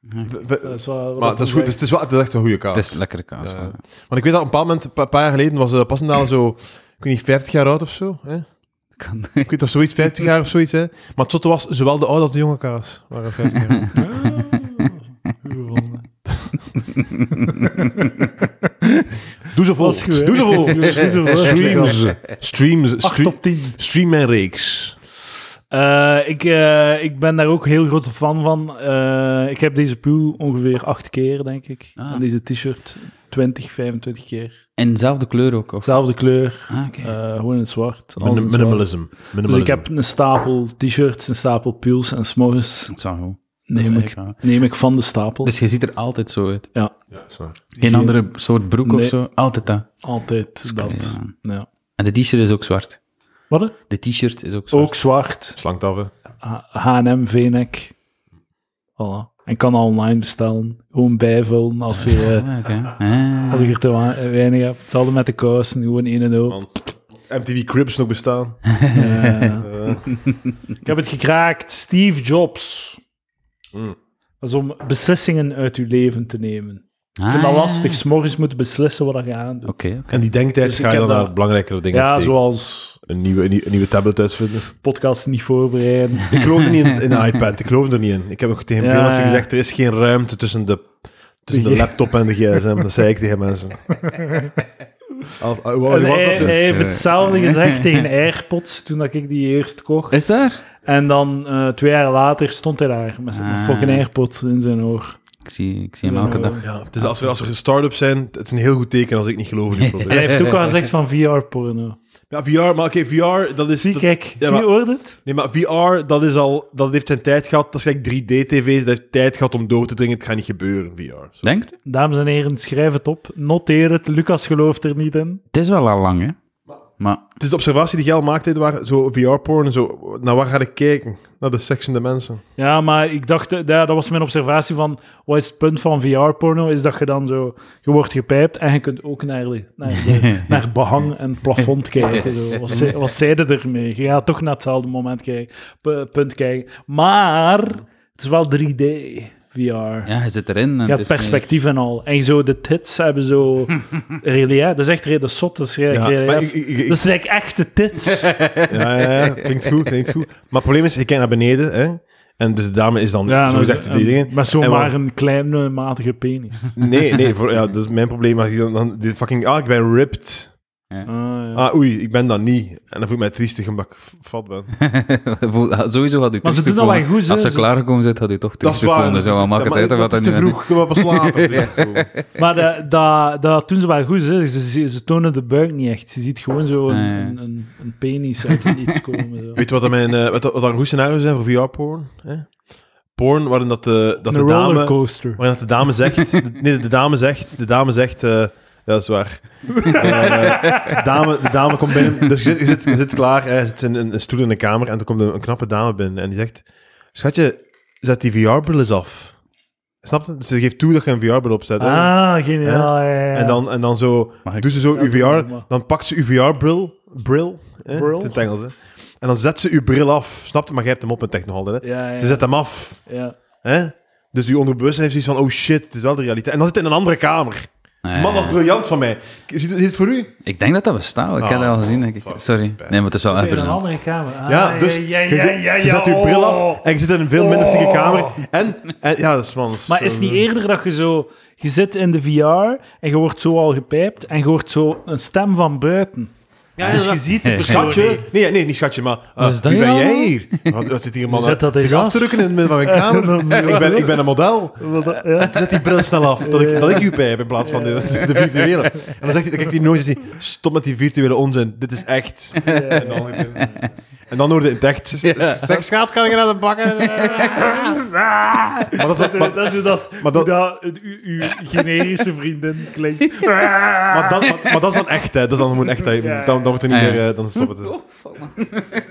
S1: We- we-
S2: Dat eh, is wel wat
S1: maar
S2: dat
S1: dat is,
S2: hij
S1: goed, het, is wel, het is echt een goede kaas.
S3: Het is lekkere kaas.
S1: Ja.
S3: hoor.
S1: Want ik weet dat op een bepaald moment, een pa- paar jaar geleden, was eh Passendale zo, ik weet niet, 50 jaar oud of zo. Hè?
S3: Kan-
S1: Ik weet of zoiets, 50 jaar of zoiets. Hè? Maar het zotte was, zowel de oude als de jonge kaas waren 50 jaar oud.
S2: zegt. Ah, goed gevonden.
S1: Doe ze
S2: Dat
S1: voort.
S2: is goed, hè?
S1: Doe ze
S2: Dat is
S1: voort.
S2: goed, zo voort.
S1: Streams. Streams.
S2: Acht
S1: Stream,
S2: op tien.
S1: stream mijn reeks.
S2: Eh, ik, eh, ik ben daar ook heel grote fan van. Eh, ik heb deze pool ongeveer acht keer, denk ik.
S3: Ah.
S2: En deze t-shirt 20, 25 keer.
S3: En dezelfde kleur ook. Of?
S2: Zelfde kleur,
S3: Ah, oké.
S2: eh, gewoon in het zwart. alles in
S1: Min-
S2: het zwart.
S1: Minimalism.
S2: Dus
S1: Minimalism.
S2: ik heb een stapel t-shirts, een stapel pools en s'morgens
S3: Dat zou goed. Dat is
S2: neem ik,
S3: eigenlijk wel.
S2: neem ik van de stapel.
S3: Dus je ziet er altijd zo uit.
S2: ja,
S1: Ja, is waar.
S3: Geen andere soort broek of
S2: Nee.
S3: zo. Altijd dat.
S2: altijd dat.
S3: Ja.
S2: Ja.
S3: En de t-shirt is ook zwart.
S2: Wat? hè?
S3: De t-shirt is ook zwart.
S2: Ook zwart.
S1: Slankt af, hè.
S2: H- H&M, V-neck. Voilà. En kan online bestellen. Gewoon bijvullen als je... eh,
S3: Ah, oké. Ah.
S2: Als ik er te wa- weinig heb. Hetzelfde met de kousen, gewoon 1 en 0.
S1: Man. MTV Cribs nog bestaan. Eh,
S2: ik heb het gekraakt. Steve Jobs.
S1: Mm.
S2: Dat is om beslissingen uit je leven te nemen. Ik vind
S3: Ah,
S2: dat
S3: ja.
S2: lastig. S'morgens moeten beslissen wat je aan doet.
S3: Oké, oké.
S1: en die denktijd
S2: Dus ik
S1: ga je
S2: heb
S1: dan
S2: dat-
S1: naar belangrijkere dingen
S2: Ja,
S1: steken.
S2: zoals
S1: Een, nieuwe, een nieuwe- een nieuwe tablet uitvinden.
S2: podcasten niet voorbereiden.
S1: Ik geloof er niet in, in de iPad. Ik geloof er niet in. Ik heb ook tegen
S2: Ja,
S1: veel mensen
S2: ja.
S1: gezegd, er is geen ruimte tussen de, tussen de
S2: Ja.
S1: laptop en de gsm. Dat zei ik tegen mensen. Al, al- hoe oud
S2: En
S1: was
S2: hij,
S1: dat dus. toen?
S2: hij heeft hetzelfde gezegd tegen AirPods toen dat ik die eerst kocht.
S3: Is daar?
S2: En dan eh, twee jaar later stond hij daar met zijn
S3: Ah.
S2: fucking AirPods in zijn oor.
S3: Ik zie, ik zie hem elke dag.
S1: Ja, het is, als, we, als er start-ups zijn, het is een heel goed teken als ik niet geloof in uw
S2: En hij
S1: product.
S2: heeft ook al gezegd van VR-porno.
S1: Ja, VR, maar oké, VR, dat is...
S2: Zie,
S1: Dat,
S2: kijk.
S1: Ja,
S2: Zie,
S1: maar-
S2: hoort het?
S1: nee, maar VR, dat is al... Dat heeft zijn tijd gehad. Dat is gelijk 3D-tv's. Dat heeft tijd gehad om door te dringen. Het gaat niet gebeuren, VR. Zo.
S3: Denkt?
S2: Dames en heren, schrijf het op. Noteer het. Lucas gelooft er niet in.
S3: Het is wel al lang, hè? Maar
S1: Het is de observatie die jij al maakte, waar zo VR-porn, zo, naar waar ga ik kijken? Naar de seksende mensen.
S2: Ja, maar ik dacht, eh, ja, dat was mijn observatie van, wat is het punt van VR-porno? Is dat je dan zo, je wordt gepijpt en je kunt ook naar, naar, naar het behang en het plafond kijken. Zo. Wat, ze- wat zeiden ermee? Je gaat toch naar hetzelfde moment kijken, pu- punt kijken. Maar het is wel 3D, VR.
S3: ja, je zit erin. En
S2: je
S3: het
S2: hebt
S3: is meer-
S2: perspectief en al. En zo, de tits hebben zo... relief, dat is echt reden zot. Dat is,
S1: Ja,
S2: ja,
S1: maar ik- ik- ik-
S2: dat is like echte tits.
S1: Ja, ja, ja, klinkt goed, klinkt goed. Maar het probleem is, ik kijk naar beneden, hè. En dus de dame is dan,
S2: Ja,
S1: zo
S2: dat is-
S1: gezegd, die dingen.
S2: Met zo'n
S1: En wat-
S2: maar een kleine, matige penis.
S1: Nee, nee, voor, ja, dat is mijn probleem. Als ik dan, dan die fucking, ah, ik ben ripped.
S2: Ah, ja.
S1: Ah, oei, ik ben dat niet. En dan voel ik mij triestig omdat ik f- fat ben.
S3: Voel- Sowieso had u
S2: Maar ze
S3: terug
S2: doen dat wel
S3: gevonden.
S2: goed, hè,
S3: Als ze
S2: ze-
S3: klaargekomen zit, had u toch
S1: Dat
S3: terug
S1: is waar.
S3: gevonden. Zo, maar maak
S1: Ja,
S3: het uit
S1: dat
S3: wat
S1: is
S3: er
S1: te
S3: nu-
S1: vroeg. Kunnen we pas later terechtkomen.
S2: Maar dat, dat, dat doen ze wel goed. Hè. Ze, ze, ze tonen de buik niet echt. Je ziet gewoon zo een,
S3: Ah, ja.
S2: een, een, een penis uit iets komen. Zo.
S1: Weet je wat, dat mijn, eh, wat, dat- wat dat een goed scenario zijn voor VR-porn? Hè? Porn waarin dat de, dat de
S2: een
S1: dame...
S2: rollercoaster.
S1: Waarin dat de dame zegt... de- nee, de dame zegt... De dame zegt... eh, ja, dat is waar. Eh, dame, de dame komt binnen. Dus je zit, je zit, je zit klaar. Hij zit in een, een stoel in de kamer. En er komt een, een knappe dame binnen. En die zegt... Schatje, zet die VR-bril eens af. Snap je? Dus ze geeft toe dat je een VR-bril opzet. hè?
S2: Ah, geniaal. Ja, ja, ja.
S1: En, dan, en dan zo...
S3: Mag ik-
S1: Doet ze zo
S2: Ja,
S1: uw
S2: doe
S1: VR...
S2: maar.
S1: Dan pakt ze uw VR-bril... Bril? hè?
S2: Bril?
S1: Het is het Engels, hè? En dan zet ze uw bril af. Snap je? Maar jij hebt hem op en tech nog altijd, hè?
S2: Ja, ja,
S1: Ze zet hem af.
S2: ja.
S1: Hè? Dus uw onderbewustzijn heeft zoiets van, oh shit, het is wel de realiteit. En dan zit hij in een andere kamer.
S2: Eh.
S3: Nee,
S1: Man, dat is briljant van mij. Is dit, is dit voor u?
S2: Ah,
S3: Ik denk dat dat bestaat. Ik
S1: Ah,
S3: heb dat al gezien. Ik, ik-
S1: fuck.
S3: sorry. Nee, maar het is wel erg
S2: In een
S3: briljant.
S2: andere kamer. Ah,
S1: Ja, dus
S2: ja,
S1: je
S2: ja, ja,
S1: zet-
S2: ja,
S1: ze zet
S2: ja.
S1: uw bril af
S2: Oh.
S1: en je zit in een veel minder stieke
S2: Oh.
S1: kamer. En, en ja, dat is man. dat is
S2: Maar
S1: zo-
S2: is niet eerder dat je zo... Je zit in de VR en je wordt zo al gepijpt en je hoort zo een stem van buiten.
S1: Ja, ja,
S2: dus
S1: ja.
S2: je ziet de persoon
S1: Schatje?
S2: niet.
S1: Nee, nee, niet schatje, maar eh,
S3: Wat is dat
S1: wie ben
S3: hier
S1: jij
S3: allemaal?
S1: hier? Wat, wat zit hier een man
S2: Zet dat
S1: eh, zich
S2: eens
S1: af
S2: af.
S1: te drukken in het midden van mijn kamer? ik, ben, ik ben een model.
S2: Ja.
S1: Zet die bril snel af, dat ik, dat ik u bij heb in plaats van de, de virtuele. En dan zegt hij, dan kijkt hij nooit en zegt hij, stop met die virtuele onzin, dit is echt. En dan, en dan hoorde hij het echt, zeg schaat, kan ik naar de bakken? Maar dat,
S2: Dat
S1: is-
S2: is,
S1: maar,
S2: dat is hoe dat,
S1: maar dat-
S2: hoe dat een- uw, uw generische vriendin klinkt.
S1: maar, dat, maar, maar dat is dan echt, hè. dat is dan gewoon echt, hè. Dan, dan wordt er niet
S3: Ja, Oh, ja.
S1: meer, eh, dan stopt het.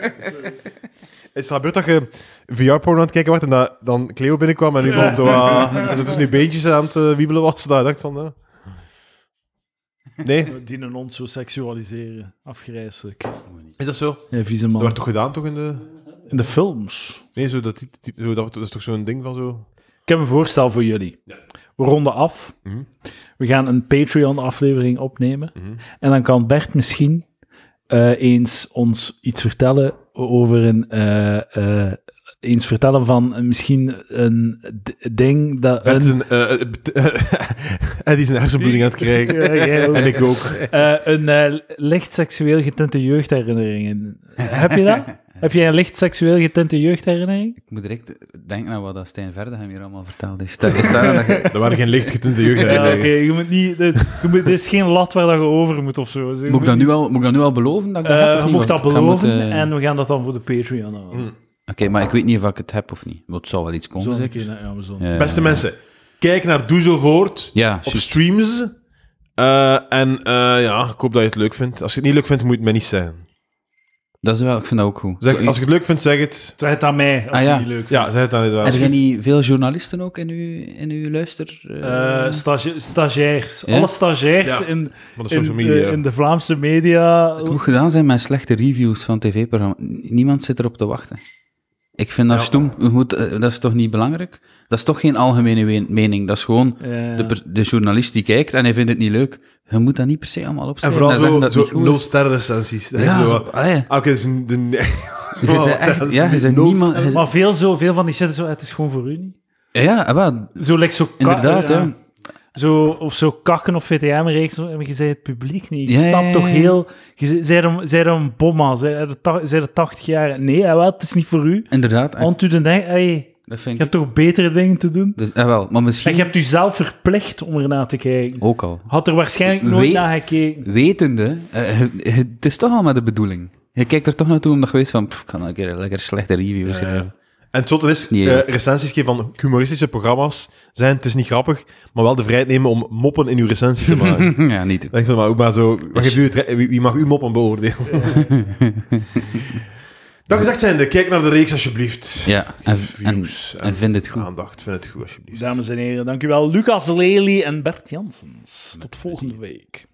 S1: Is het gebeurd dat je VR-porno aan het kijken was en dat, dan Cleo binnenkwam en u dan zo, ah, en zo tussen uw beentjes aan het eh, wiebelen was, dat je dacht van, eh. nee,
S2: Dienen ons zo seksualiseren. Afgrijzelijk.
S1: is dat zo?
S2: Ja, vieze
S1: Dat
S2: man.
S1: werd toch gedaan, toch, in de...
S2: In de films.
S1: Nee, zo dat, type- type- zo, dat, dat is toch zo'n ding van zo...
S2: Ik heb een voorstel voor jullie. We ronden af.
S1: Mhm.
S2: We gaan een Patreon-aflevering opnemen. En dan kan Bert misschien eh, eens ons iets vertellen over een... eh, eh, eens vertellen van eh, misschien een d- ding dat...
S1: Het is
S2: Een,
S1: een, eh, eh, bet- eh, Eddie is een hersenbloeding aan het krijgen.
S2: Ja, jij ook.
S1: En ik ook.
S2: Eh, een eh, licht seksueel getinte jeugdherinnering. Heb je dat? Heb jij een licht seksueel getinte jeugdherinnering?
S3: Ik moet direct denken aan wat dat Stijn Verdehem hier allemaal verteld heeft. Stel- Is daar dat je...
S1: Er waren geen lichtgetinte jeugd.
S2: Ja, oké. Je moet niet... Dit, je moet, dit is geen lat waar dat je over moet of zo. Dus je
S3: moet, ik dat
S2: niet-
S3: nu al, moet ik dat nu al beloven? Dat ik dat
S2: Eh,
S3: heb, of
S2: je
S3: niet?
S2: mocht dat
S3: Want ik ga eh,
S2: beloven
S3: moeten-
S2: en we gaan dat dan voor de Patreon houden.
S1: Mm.
S3: Oké, maar ik weet niet of ik het heb of niet. Want het zou wel iets komen,
S2: Zo een
S3: zeker?
S2: keer naar Amazon.
S3: Ja.
S1: Beste mensen, kijk naar Doe Zo Voort
S3: Ja,
S1: op
S3: juist.
S1: streams. Eh, en eh, ja, ik hoop dat je het leuk vindt. Als je het niet leuk vindt, moet je het mij niet zeggen.
S3: Dat is wel... Ik vind dat ook goed.
S1: Zeg,
S3: Ik-
S1: als je het leuk vindt, zeg het.
S2: Zeg het aan mij, als
S3: Ah,
S2: je
S3: ja.
S2: het niet leuk vindt.
S1: Ja, zeg het dan niet
S3: Heb
S1: wel.
S3: je niet veel journalisten ook in uw, in uw luister... eh,
S2: Eh, stagia- stagiairs.
S3: Ja?
S2: Alle stagiairs
S1: Ja,
S2: in,
S1: Van de social
S2: in,
S1: media.
S2: de, in de Vlaamse media.
S3: Het moet gedaan zijn met slechte reviews van tv-programma's. Niemand zit erop te wachten. Ik vind dat
S1: Ja.
S3: stoem. We moeten- eh, dat is toch niet belangrijk? Dat is toch geen algemene we- mening. Dat is gewoon
S2: Ja.
S3: de, per- de journalist die kijkt en hij vindt het niet leuk. Je moet dat niet per se allemaal
S1: en
S3: opschrijven.
S1: vooral
S3: en zeggen
S1: zo,
S3: dat
S1: zo
S3: het niet goed
S1: nul
S3: is.
S1: sterren recensies. Dat
S3: Ja,
S1: is
S3: zo,
S1: zo-
S3: allee.
S1: Ah, Oké, dus een- de-
S3: Je
S1: Oh,
S3: bent echt,
S1: dat
S3: ja, je
S1: is
S3: bent
S1: nul
S3: niemand... je
S2: Maar veel, zo, veel van die shit is zo, het is gewoon voor u niet.
S3: bent- ja, eh, wel,
S2: Zo, like, zo ka-
S3: inderdaad,
S2: eh,
S3: ja.
S2: Zo, of zo kakken of VTM-reeks, maar je zei het publiek niet. Je
S3: Ja,
S2: snapt
S3: ja, ja,
S2: toch
S3: ja.
S2: heel... Je ze- zei een, zei een bomma, zei de ta- zei de 80 jaar. Nee, eh, wel, het is niet voor u.
S3: Inderdaad. eh,
S2: Want u de denk, hey, je
S3: dat vind ik...
S2: hebt toch betere dingen te doen?
S3: Dus, eh, wel, maar
S2: En
S3: misschien
S2: je hebt u zelf verplicht om ernaar te kijken.
S3: ook al.
S2: Had er waarschijnlijk nooit
S3: Weet-
S2: naar gekeken.
S3: Wetende, eh, je- je- het is toch al met de bedoeling. Je kijkt er toch naartoe omdat je weet van... pff, ik kan een keer lekker slechte reviews schrijven.
S1: En het zotte is,
S3: niet
S1: eh,
S3: eerlijk.
S1: recensies geven van humoristische programma's zijn, het is niet grappig, maar wel de vrijheid nemen om moppen in uw recensie te maken.
S3: ja,
S1: Dan
S3: niet doen.
S1: denk ik van, maar, maar zo, wat geeft u het re- wie, wie mag uw moppen beoordelen? Dat gezegd zijnde, kijk naar de reeks alsjeblieft.
S3: Ja, en, en,
S1: Views en
S3: en vind het goed.
S1: Aandacht, vind het goed alsjeblieft.
S2: Dames en heren, dankjewel Lucas Lely en Bert Janssens. Tot volgende week.